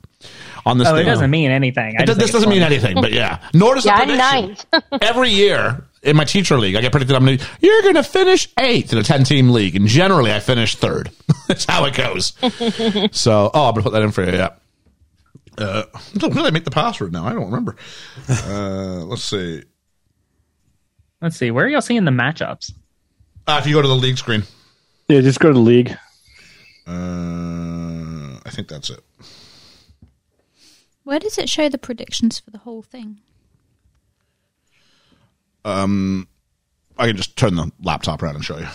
on this. Oh, thing. it doesn't mean anything. I It do- just think this it's doesn't mean funny. anything, but yeah. Nor does Yeah, the I'm prediction. ninth. Every year in my teacher league, I get predicted I'm going to, you're going to finish eighth in a 10 team league. And generally, I finish third. That's how it goes. so, oh, I'm going to put that in for you. Yeah. Uh, where did I make the password now? I don't remember. Uh, let's see. Let's see. Where are y'all seeing the matchups? Uh, if you go to the league screen, Yeah, just go to the league. uh, I think that's it. Where does it show the predictions for the whole thing? Um, I can just turn the laptop around and show you.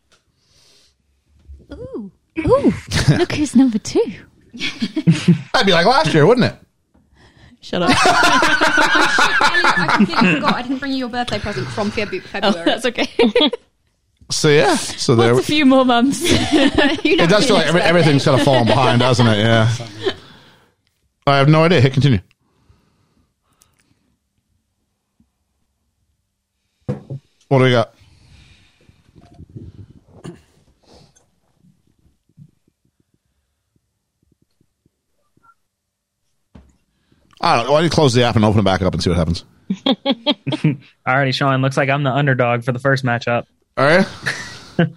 Ooh, ooh! look who's number two. That'd be like last year, wouldn't it? Shut up. I completely forgot. I didn't bring you your birthday present from Febu- Oh, February. that's okay. So, yeah. So there That's a few more months. You know It does feel like Ian's every, birthday. everything's kind of falling behind, doesn't it? Yeah. I have no idea. Hit continue. What do we got? I don't know. Ah, Why don't you close the app and open it back up and see what happens? Alrighty, Sean. Looks like I'm the underdog for the first matchup. All right.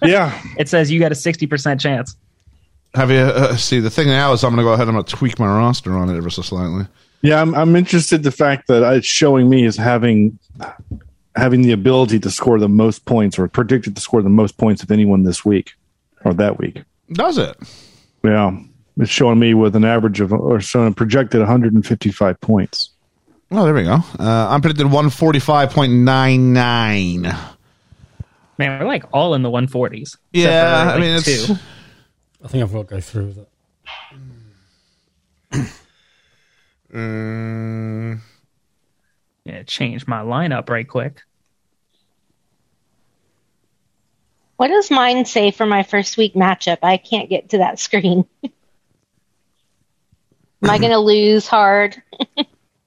Yeah. It says you got a 60% chance. Have you uh, see the thing now is I'm going to go ahead. and I'm going to tweak my roster on it ever so slightly. Yeah, I'm, I'm interested the fact that uh, it's showing me is having having the ability to score the most points or predicted to score the most points of anyone this week or that week. Does it? Yeah, it's showing me with an average of or so projected 155 points. Oh, there we go. Uh, I'm predicted 145.99. Man, we're like all in the 140s. except Yeah, for, I like, mean, it's. two. I think I've got to go through with it. Mm, Yeah, change my lineup right quick. What does mine say for my first week matchup? I can't get to that screen. Am I going to lose hard?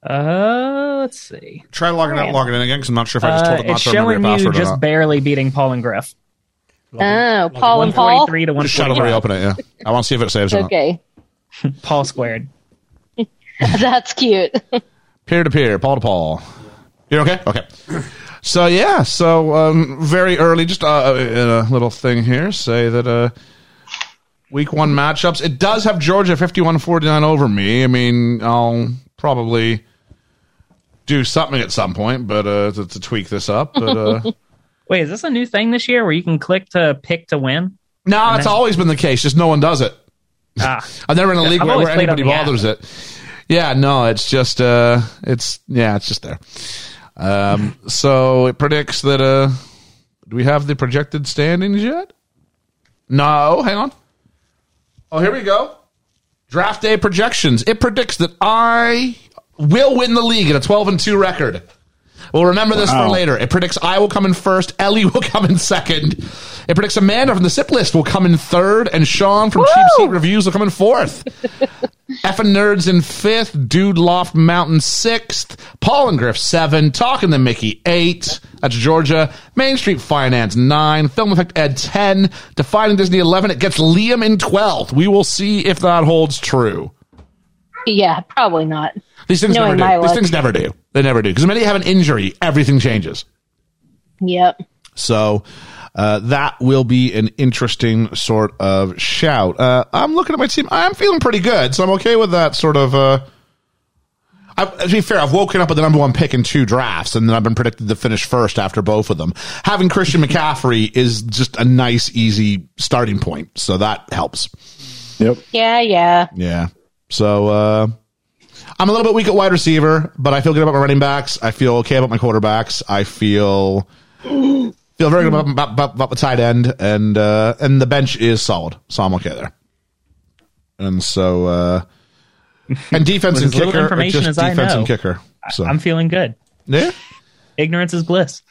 Uh, let's see. try logging out, logging in again, because I'm not sure if I just Uh, told it not it's to remember your showing you password or just not. barely beating Paul and Griff. Oh, Paul and Paul. 143 to Just shut it and 145. reopen it, yeah. I want to see if it saves or not. Okay, Paul squared. that's cute. Peer to peer, Paul to Paul. You're okay? Okay. So, yeah, so um, very early, just uh, in a little thing here, say that uh, week one matchups. It does have Georgia 51 49 over me. I mean, I'll probably do something at some point, but uh, to, to tweak this up. But. Uh, Wait, is this a new thing this year where you can click to pick to win? No, it's then- always been the case. Just no one does it. Ah, I've never been in a league I've where, always where played on anybody the app. bothers it. Yeah, no, it's just uh, it's yeah, it's just there. Um, so it predicts that. Uh, do we have the projected standings yet? No, hang on. Oh, here we go. Draft day projections. It predicts that I will win the league at a 12 and 2 record. We'll remember this for Wow. later. It predicts I will come in first, Ellie will come in second. It predicts Amanda from the Sip List will come in third, and Sean from Cheap Seat Reviews will come in fourth. Effin' Nerds in fifth, Dude Loft Mountain sixth, Paul and Griff seven, Talking to Mickey eight, that's Georgia, Main Street Finance nine, Film Effect Ed ten, Defining Disney eleven, it gets Liam in twelfth. We will see if that holds true. Yeah, probably not. These things Knowing never my do. These luck. things never do. They never do. Because the minute you have an injury, everything changes. Yep. So uh, that will be an interesting sort of shout. Uh, I'm looking at my team. I'm feeling pretty good, so I'm okay with that sort of. Uh, I, to be fair, I've woken up with the number one pick in two drafts, and then I've been predicted to finish first after both of them. Having Christian McCaffrey is just a nice, easy starting point, so that helps. Yep. Yeah, yeah. Yeah. So uh, I'm a little bit weak at wide receiver, but I feel good about my running backs. I feel okay about my quarterbacks. I feel feel very good about, about, about, about the tight end, and uh, and the bench is solid, so I'm okay there. And so uh, and defense With and as little kicker, are information just as I defense and know. kicker. So I'm feeling good. Yeah. Ignorance is bliss.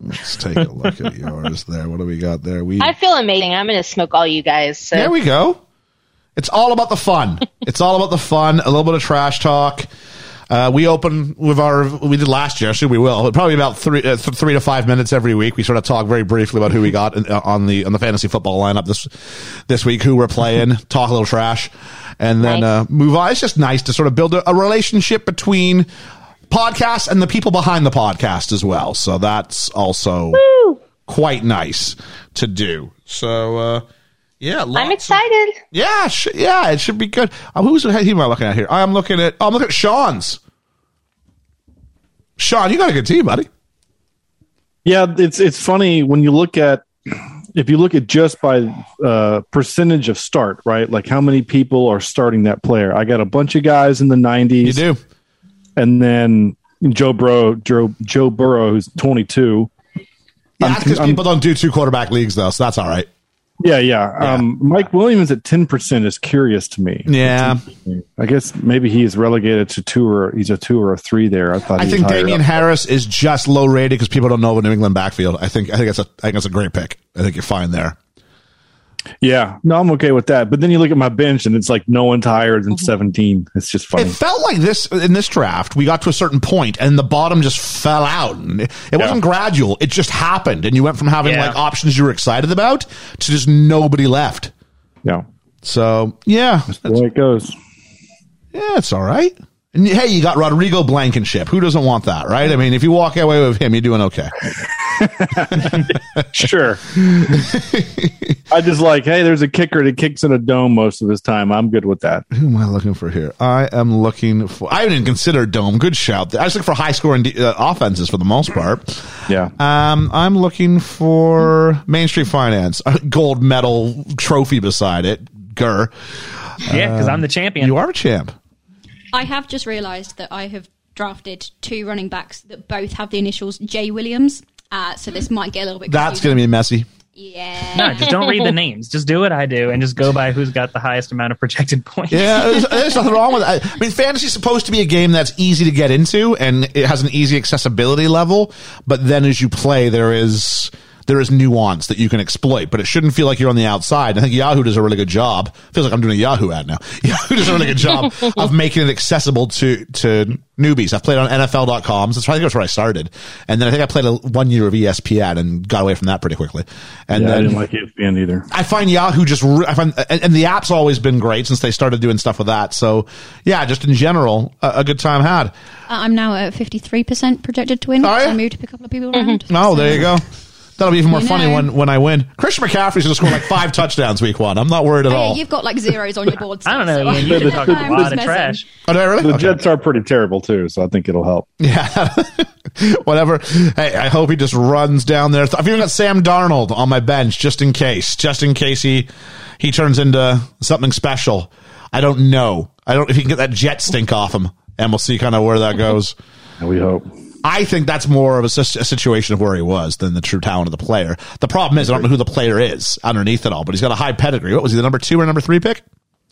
Let's take a look at yours there. What do we got there? We I feel amazing. I'm going to smoke all you guys. So. There we go. It's all about the fun. it's all about the fun. A little bit of trash talk. Uh, we open with our we did last year, so we will but probably about three uh, th- three to five minutes every week. We sort of talk very briefly about who we got in, uh, on the on the fantasy football lineup this this week, who we're playing, talk a little trash, and then uh, move on. It's just nice to sort of build a, a relationship between podcasts and the people behind the podcast as well. So that's also quite nice to do. So uh, yeah, I'm lots of- excited. yeah, sh- yeah, it should be good. Uh, who's who am I looking at here? I am looking at. Oh, I'm looking at Sean's. Sean, you got a good team, buddy. Yeah, it's it's funny when you look at if you look at just by uh, percentage of start, right? Like how many people are starting that player? I got a bunch of guys in the You nineties, do. and then Joe Burrow, Joe Joe Burrow, who's twenty two. Yeah, that's because people don't do two quarterback leagues though, so that's all right. Yeah, yeah. Um, Mike Williams at ten percent is curious to me. Yeah, I guess maybe he is relegated to two or he's a two or a three there. I thought. I he think was higher Damian up. Harris is just low rated because people don't know the New England backfield. I think I think it's a I think it's a great pick. I think you're fine there. Yeah, no, I'm okay with that. But then you look at my bench and it's like no one's higher than seventeen. It's just funny. It felt like this in this draft. We got to a certain point, and the bottom just fell out. And it it wasn't gradual; it just happened. And you went from having Yeah. like options you were excited about to just nobody left. yeah, So yeah, the way it goes. yeah, it's all right. And hey, you got Rodrigo Blankenship. Who doesn't want that, right? I mean, if you walk away with him, you're doing okay. Sure. I just like, hey, there's a kicker that kicks in a dome most of his time. I'm good with that. Who am I looking for here? I am looking for. I didn't consider Dome. Good shout. I was looking for high scoring de- uh, offenses for the most part. Yeah. Um, I'm looking for Main Street Finance, a gold medal trophy beside it. Gur, Yeah, because I'm the champion. you are a champ. I have just realised that I have drafted two running backs that both have the initials J Williams. Uh, so this might get a little bit. Hmm. That's confusing. going to be messy. yeah. No, just don't read the names. Just do what I do and just go by who's got the highest amount of projected points. Yeah, there's, there's nothing wrong with that. I mean, fantasy is supposed to be a game that's easy to get into and it has an easy accessibility level. But then as you play, there is there is nuance that you can exploit, but it shouldn't feel like you're on the outside. I think Yahoo does a really good job. Feels like I'm doing a Yahoo ad now. Yahoo does a really good job of making it accessible to to newbies. I've played on NFL.com. So that's why I think that's where I started. And then I think I played a, one year of E ESPN and got away from that pretty quickly. And Yeah, I then didn't like E ESPN either. I find Yahoo just re- I find and, and the app's always been great since they started doing stuff with that. So yeah, just in general, a, a good time had. Uh, I'm now at 53% projected to win. Are so ya? I moved to pick a couple of people around. Mm-hmm. Oh, So- there you go. That'll be even more You funny know. when when I win. Christian McCaffrey's going to score like five touchdowns week one. I'm not worried at Oh, yeah, all. you've got like zeros on your board. I don't so- know. Ian, you the- just talk a the- I'm lot just of messing. trash. Oh, did I really? The Okay. Jets are pretty terrible too, so I think it'll help. Yeah. Whatever. Hey, I hope he just runs down there. I've even got Sam Darnold on my bench just in case, just in case he he turns into something special. I don't know. I don't if he can get that jet stink off him, and we'll see kind of where that goes. We hope. I think that's more of a, sis- a situation of where he was than the true talent of the player. The problem is, I don't know who the player is underneath it all, but he's got a high pedigree. What was he, the number two or number three pick?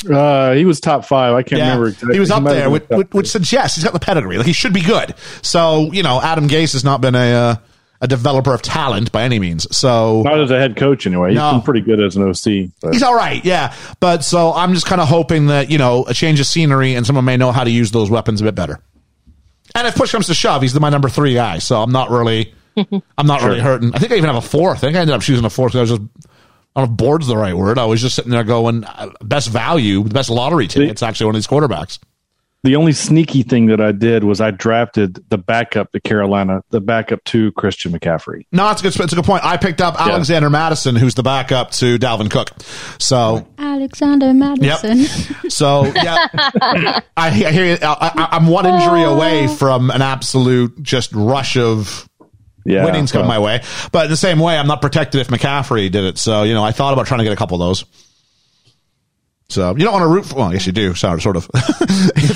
Uh, he was top five. I can't remember. exactly. he was up might have there, been which, top which, which three. suggests he's got the pedigree. Like he should be good. So you know, Adam Gase has not been a uh, a developer of talent by any means. So Not as a head coach, anyway. He's No. been pretty good as an OC. But. he's all right, yeah. But so I'm just kind of hoping that you know a change of scenery and someone may know how to use those weapons a bit better. And if push comes to shove, he's my number three guy, so I'm not really, I'm not really hurting. I think I even have a fourth. I think I ended up choosing a fourth. 'cause I was just, I don't know if board's the right word. I was just sitting there going, uh, best value, the best lottery ticket. It's actually one of these quarterbacks. The only sneaky thing that I did was I drafted the backup to Carolina, the backup to Christian McCaffrey. No, it's a good, it's a good point. I picked up Alexander Madison, who's the backup to Dalvin Cook. So Alexander Madison. So yeah, I, I hear you. I, I, I'm one injury away from an absolute just rush of Yeah, winnings come well, my way. But in the same way, I'm not protected if McCaffrey did it. So you know, I thought about trying to get a couple of those. So you don't want to root for. Well, yes, you do. Sort sort of.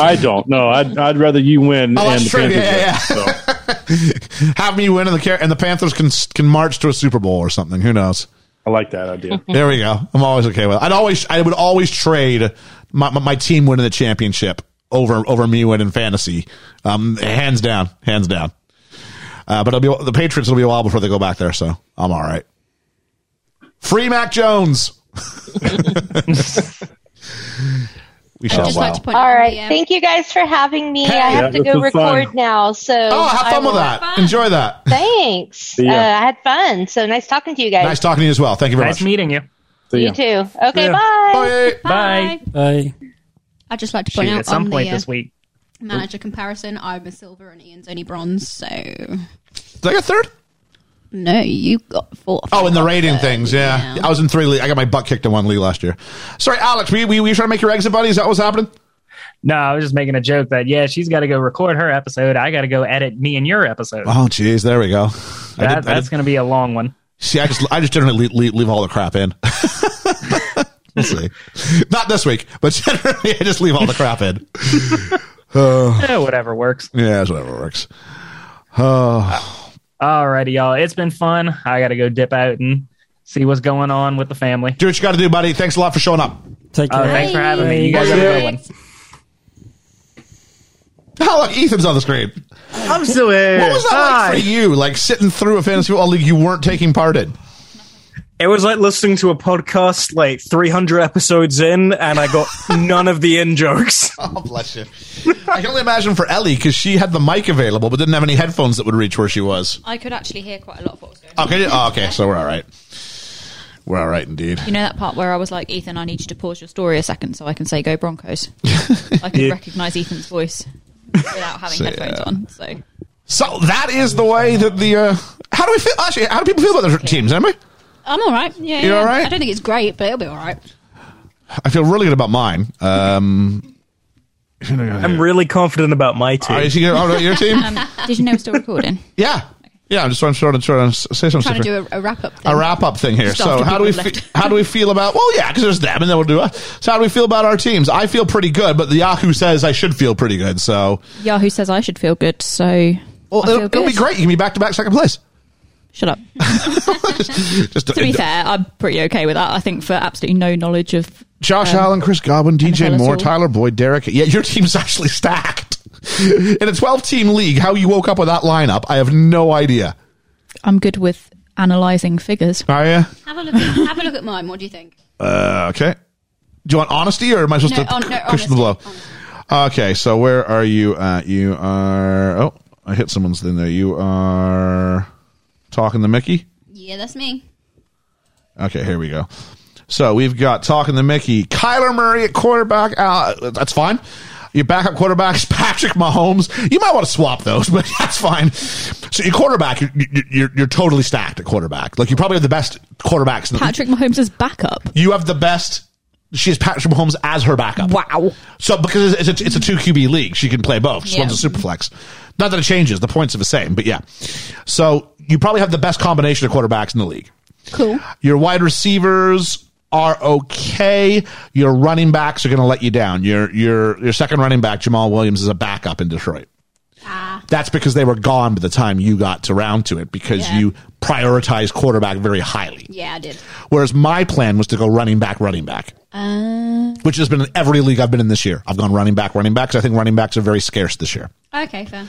I don't. No, I'd, I'd rather you win. Oh, that's the true. Panthers Yeah, yeah, win, so. Have me win, and the Car- and the Panthers can can march to a Super Bowl or something. Who knows? I like that idea. There we go. I'm always okay with. It. I'd always I would always trade my my, my team winning the championship over over Mewan and Fantasy, um, hands down, hands down. Uh, but it'll be the Patriots. will be a while before they go back there, so I'm all right. Free Mac Jones. we shall. just Oh, wow. like to point out All on right. the, um, Thank you guys for having me. Hey, I yeah, have to this go was fun. record now. So oh, have I fun with will- that. Enjoy that. Thanks. ya. Uh, I had fun. So nice talking to you guys. Nice talking to you as well. Thank you very Nice much. Oh, meeting you. See you ya. too. Okay, Yeah. bye. Bye. Bye. Hey, I'd just like to Shoot, point out at some on point the uh, this week. manager comparison, I'm a silver and Ian's only bronze, so Did I get third? no, you got fourth. Oh, in the rating things, yeah. yeah. I was in three. league. I got my butt kicked in one league last year. Sorry, Alex. We we we trying to make your exit, buddy? Is that what's happening? No, I was just making a joke that yeah, she's got to go record her episode. I got to go edit me and your episode. Oh, geez, there we go. I that, did- I that's did- going to be a long one. see, I just I just generally leave, leave all the crap in. we'll see. Not this week, but generally I just leave all the crap in. Eh, whatever works. Yeah, that's whatever works. Alrighty, y'all. It's been fun. I got to go dip out and see what's going on with the family. Do what you got to do, buddy. Thanks a lot for showing up. take care. Uh, thanks for having me. You guys have a good one. Oh, look, Ethan's on the screen. I'm still here. What was that Hi. like for you? Like sitting through a fantasy football league you weren't taking part in. It was like listening to a podcast like 300 episodes in, and I got none of the in jokes. Oh, bless you. I can only imagine for Ellie because she had the mic available but didn't have any headphones that would reach where she was. I could actually hear quite a lot of what was going on. Okay, oh, okay, so we're all right. We're all right indeed. You know that part where I was like, Ethan, I need you to pause your story a second so I can say go Broncos. I could recognise Ethan's voice without having headphones on. So So that is the way that the. Uh, how do we feel? Actually, how do people feel about their teams? Anyway, I'm all right. Yeah, You're yeah. all right? I don't think it's great, but it'll be all right. I feel really good about mine. Um, I'm really confident about my team. are you thinking about your team? Um, did you know we're still recording? Yeah, yeah. I'm just trying, trying, to- trying to say something. Trying to different. do a, a wrap up. a wrap up thing here. So Stuff to how do we people fe- left. how do we feel about? Well, yeah, because there's them, and then we'll do us. So how do we feel about our teams? I feel pretty good, but the Yahoo says I should feel pretty good. So Yahoo says I should feel good, so well, I feel it'll, it'll be good. great. You can be back to back second place. Shut up. Just uh, to be fair, I'm pretty okay with that. I think for absolutely no knowledge of Josh Um, Allen, Chris Godwin, DJ NFL as Moore, well. Tyler Boyd, Derek. Yeah, your team's actually stacked. In a 12 team league, how you woke up with that lineup, I have no idea. I'm good with analysing figures. Are you? Have a look. At, have a look at mine. What do you think? Uh, okay. Do you want honesty or am I supposed No, to on- no, c- cushion the blow? honesty, Okay, so where are you at? You are. Oh, I hit someone's thing there. You are talking to Mickey? Yeah, that's me. Okay, here we go. So we've got talking to Mickey, Kyler Murray at quarterback. Uh, that's fine. Your backup quarterbacks, Patrick Mahomes. You might want to swap those, but that's fine. So your quarterback, you're, you're, you're totally stacked at quarterback. Like you probably have the best quarterbacks. in the- Patrick Mahomes is backup. You have the best. She has Patrick Mahomes as her backup. Wow. So because it's a, it's a two QB league, she can play both. She Yeah. one's a super flex. Not that it changes. The points are the same, but yeah. So you probably have the best combination of quarterbacks in the league. Cool. Your wide receivers are okay. Your running backs are going to let you down. Your your your second running back, Jamal Williams, is a backup in Detroit. That's because they were gone by the time you got to round to it because Yeah. you prioritize quarterback very highly. Yeah, I did. Whereas my plan was to go running back, running back, Uh, which has been in every league I've been in this year. I've gone running back, running back 'cause I think running backs are very scarce this year. Okay, fair.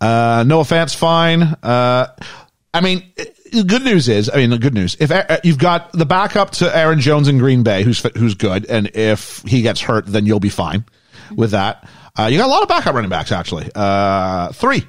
Uh, no offense, fine. Uh, I mean, the good news is, I mean, the good news. If uh, you've got the backup to Aaron Jones in Green Bay, who's who's good, and if he gets hurt, then you'll be fine with that. Uh, you got a lot of backup running backs actually. Uh, three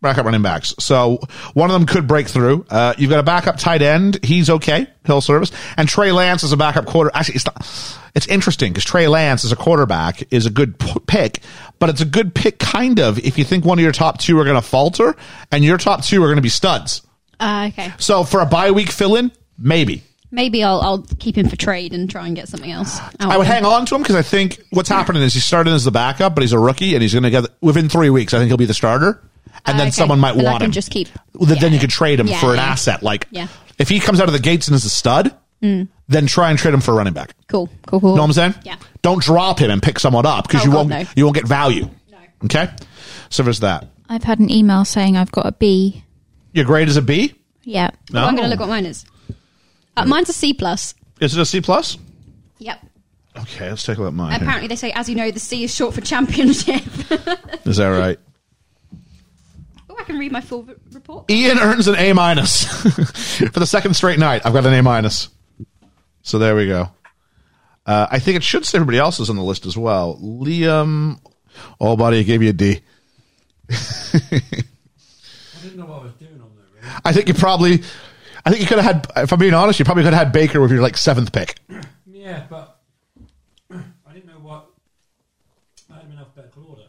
backup running backs. So one of them could break through. Uh, you've got a backup tight end. He's okay. He'll service. And Trey Lance is a backup quarter. Actually, it's not, it's interesting because Trey Lance as a quarterback is a good p- pick, but it's a good pick kind of if you think one of your top two are going to falter and your top two are going to be studs. Uh, okay, So for a bye week fill in, maybe. maybe I'll I'll keep him for trade and try and get something else. Oh, I would hang on to him because I think what's happening is he's starting as the backup, but he's a rookie and he's going to get within three weeks. I think he'll be the starter, and then someone might then I want can him. Just keep. Well, then, then Yeah. you could trade him Yeah, for an yeah. asset. Like, Yeah. if he comes out of the gates and is a stud, then try and trade him for a running back. Cool, cool, cool. You know what I'm saying? Yeah. Don't drop him and pick someone up because Oh, you God, won't no. you won't get value. Okay. So there's that. I've had an email saying I've got a B. Your grade is a B. Yeah. No, I'm going to look what mine is. Uh, mine's a C plus. Is it a C plus? Yep. Okay, let's take a look at mine. here. Apparently, they say, as you know, the C is short for championship. Is that right? oh, I can read my full v- report. Ian earns an A minus for the second straight night. I've got an A minus. So there we go. Uh, I think it should say everybody else is on the list as well. Liam, oh buddy, I gave you a D. I think you probably, I think you could have had. If I'm being honest, you probably could have had Baker with your like seventh pick. Yeah, but I didn't know what. I had him in alphabetical order.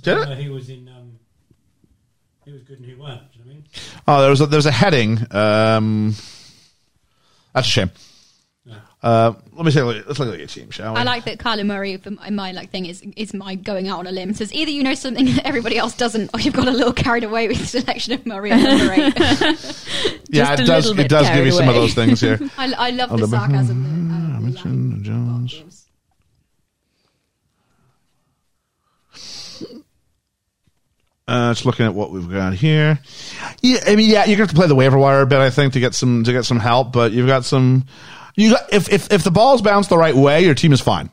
Did it? I know he was in. Um, he was good and he weren't. do you know what I mean? Oh, there was a, there was a heading. Um, that's a shame. Uh, let me say, let's look at your team, shall we? I like that Kyler Murray, for my, my like thing, is is my going out on a limb. Says either you know something that everybody else doesn't, or you've got a little carried away with the selection of Murray at number eight. yeah, Just it a does. little bit It does give you carried some of away. those things here. I, I love the Oliver. sarcasm. That, Ah, um, Richardson, Jones. Uh, just looking at what we've got here. Yeah, I mean, yeah, you're gonna have to play the waiver wire a bit, I think, to get some to get some help. But you've got some. You got if if if the ball's bounced the right way, your team is fine.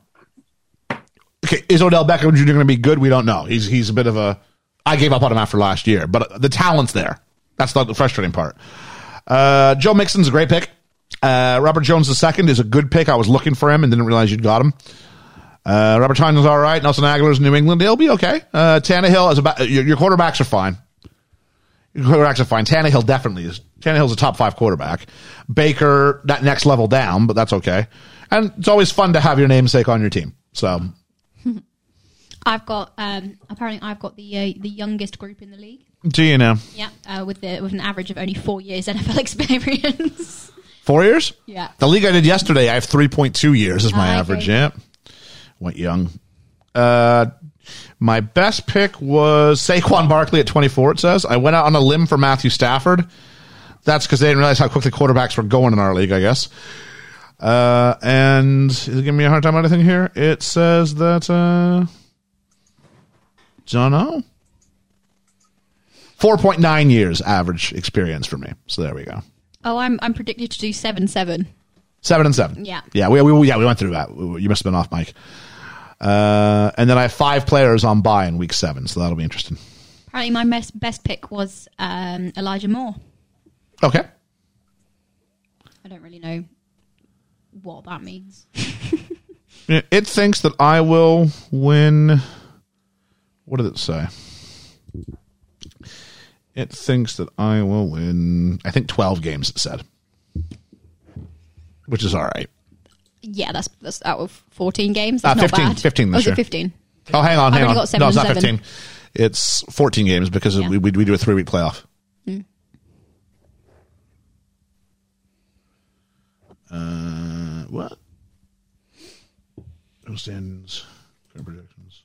Okay, is Odell Beckham Jr. going to be good? We don't know. He's he's a bit of a. I gave up on him after last year, but the talent's there. That's not the frustrating part. Uh, Joe Mixon's a great pick. Uh, Robert Jones II is a good pick. I was looking for him and didn't realize you'd got him. Uh, Robert Tanya's all right. Nelson Aguilar's New England. He'll be okay. Uh, Tannehill is about your, your quarterbacks are fine. Your quarterbacks are fine. Tannehill definitely is. Tannehill's a top five quarterback. Baker, that next level down, but that's okay. And it's always fun to have your namesake on your team. So I've got um, apparently I've got the uh, the youngest group in the league. do you know Yeah, uh, with the with an average of only four years NFL experience. four years? yeah, The league I did yesterday, I have 3.2 years is my Ah, okay. average. Yeah. Went young. Uh, my best pick was Saquon Barkley at 24, it says. I went out on a limb for Matthew Stafford. That's because they didn't realize how quickly quarterbacks were going in our league, I guess. Uh, and is it giving me a hard time on anything here? It says that, uh, Jono? 4.9 years average experience for me. So there we go. Oh, I'm I'm predicted to do seven seven. Seven and seven. Yeah. Yeah. We, we yeah we went through that. We- You must have been off, Mike. Uh, and then I have five players on buy in week seven, so that'll be interesting. Apparently, my best best pick was um, Elijah Moore. Okay. I don't really know what that means. Yeah, It thinks that I will win. What did it say? It thinks that I will win. I think twelve games. It said, which is all right. Yeah, that's that's out of fourteen games. Uh, That's not 15 bad. 15 this Oh, is it year. Fifteen. Oh, hang on, I've hang only on. got seven no, it's and not seven. fifteen. It's fourteen games because Yeah. Mm. we, we we do a three week playoff. Uh, what? Those ends. Current projections.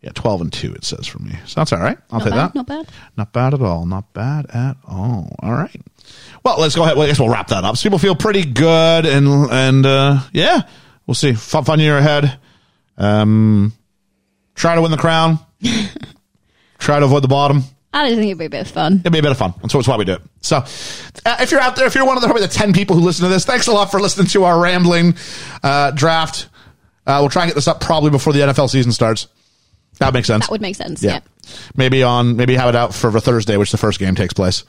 Yeah, twelve and two. It says for me, so that's all right. I'll Not take bad, that. not bad. Not bad at all. Not bad at all. All right. Well, let's go ahead. Well, I guess we'll wrap that up. So people feel pretty good, and and uh, yeah, we'll see. Fun, fun year ahead. Um, try to win the crown. try to avoid the bottom. I just think it'd be a bit of fun. It'd be a bit of fun. That's, what- that's why we do it. So, uh, if you're out there, if you're one of the probably the ten people who listen to this, thanks a lot for listening to our rambling uh, draft. Uh, we'll try and get this up probably before the NFL season starts. That makes sense. That would make sense. Yeah. yeah. Maybe on maybe have it out for the Thursday, which the first game takes place.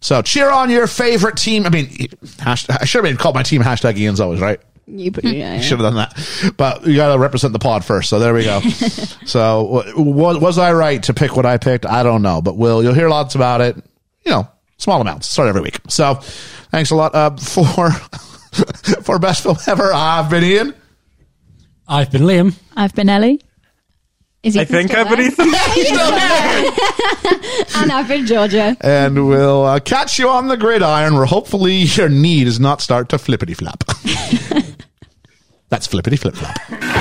So cheer on your favorite team. I mean, hashtag, I should have been called my team hashtag Ian's always right. You put yeah, I should have done that, but you got to represent the pod first. So there we go. so was was I right to pick what I picked? I don't know, but will you'll hear lots about it. You know, small amounts. Start every week. So thanks a lot uh, for for best film ever. I've been Ian. I've been Liam. I've been Ellie. Is he I think still I've been there? Ethan. And I've been Georgia. and we'll uh, catch you on the gridiron where hopefully your knee does not start to flippity flap. That's flippity flip flop.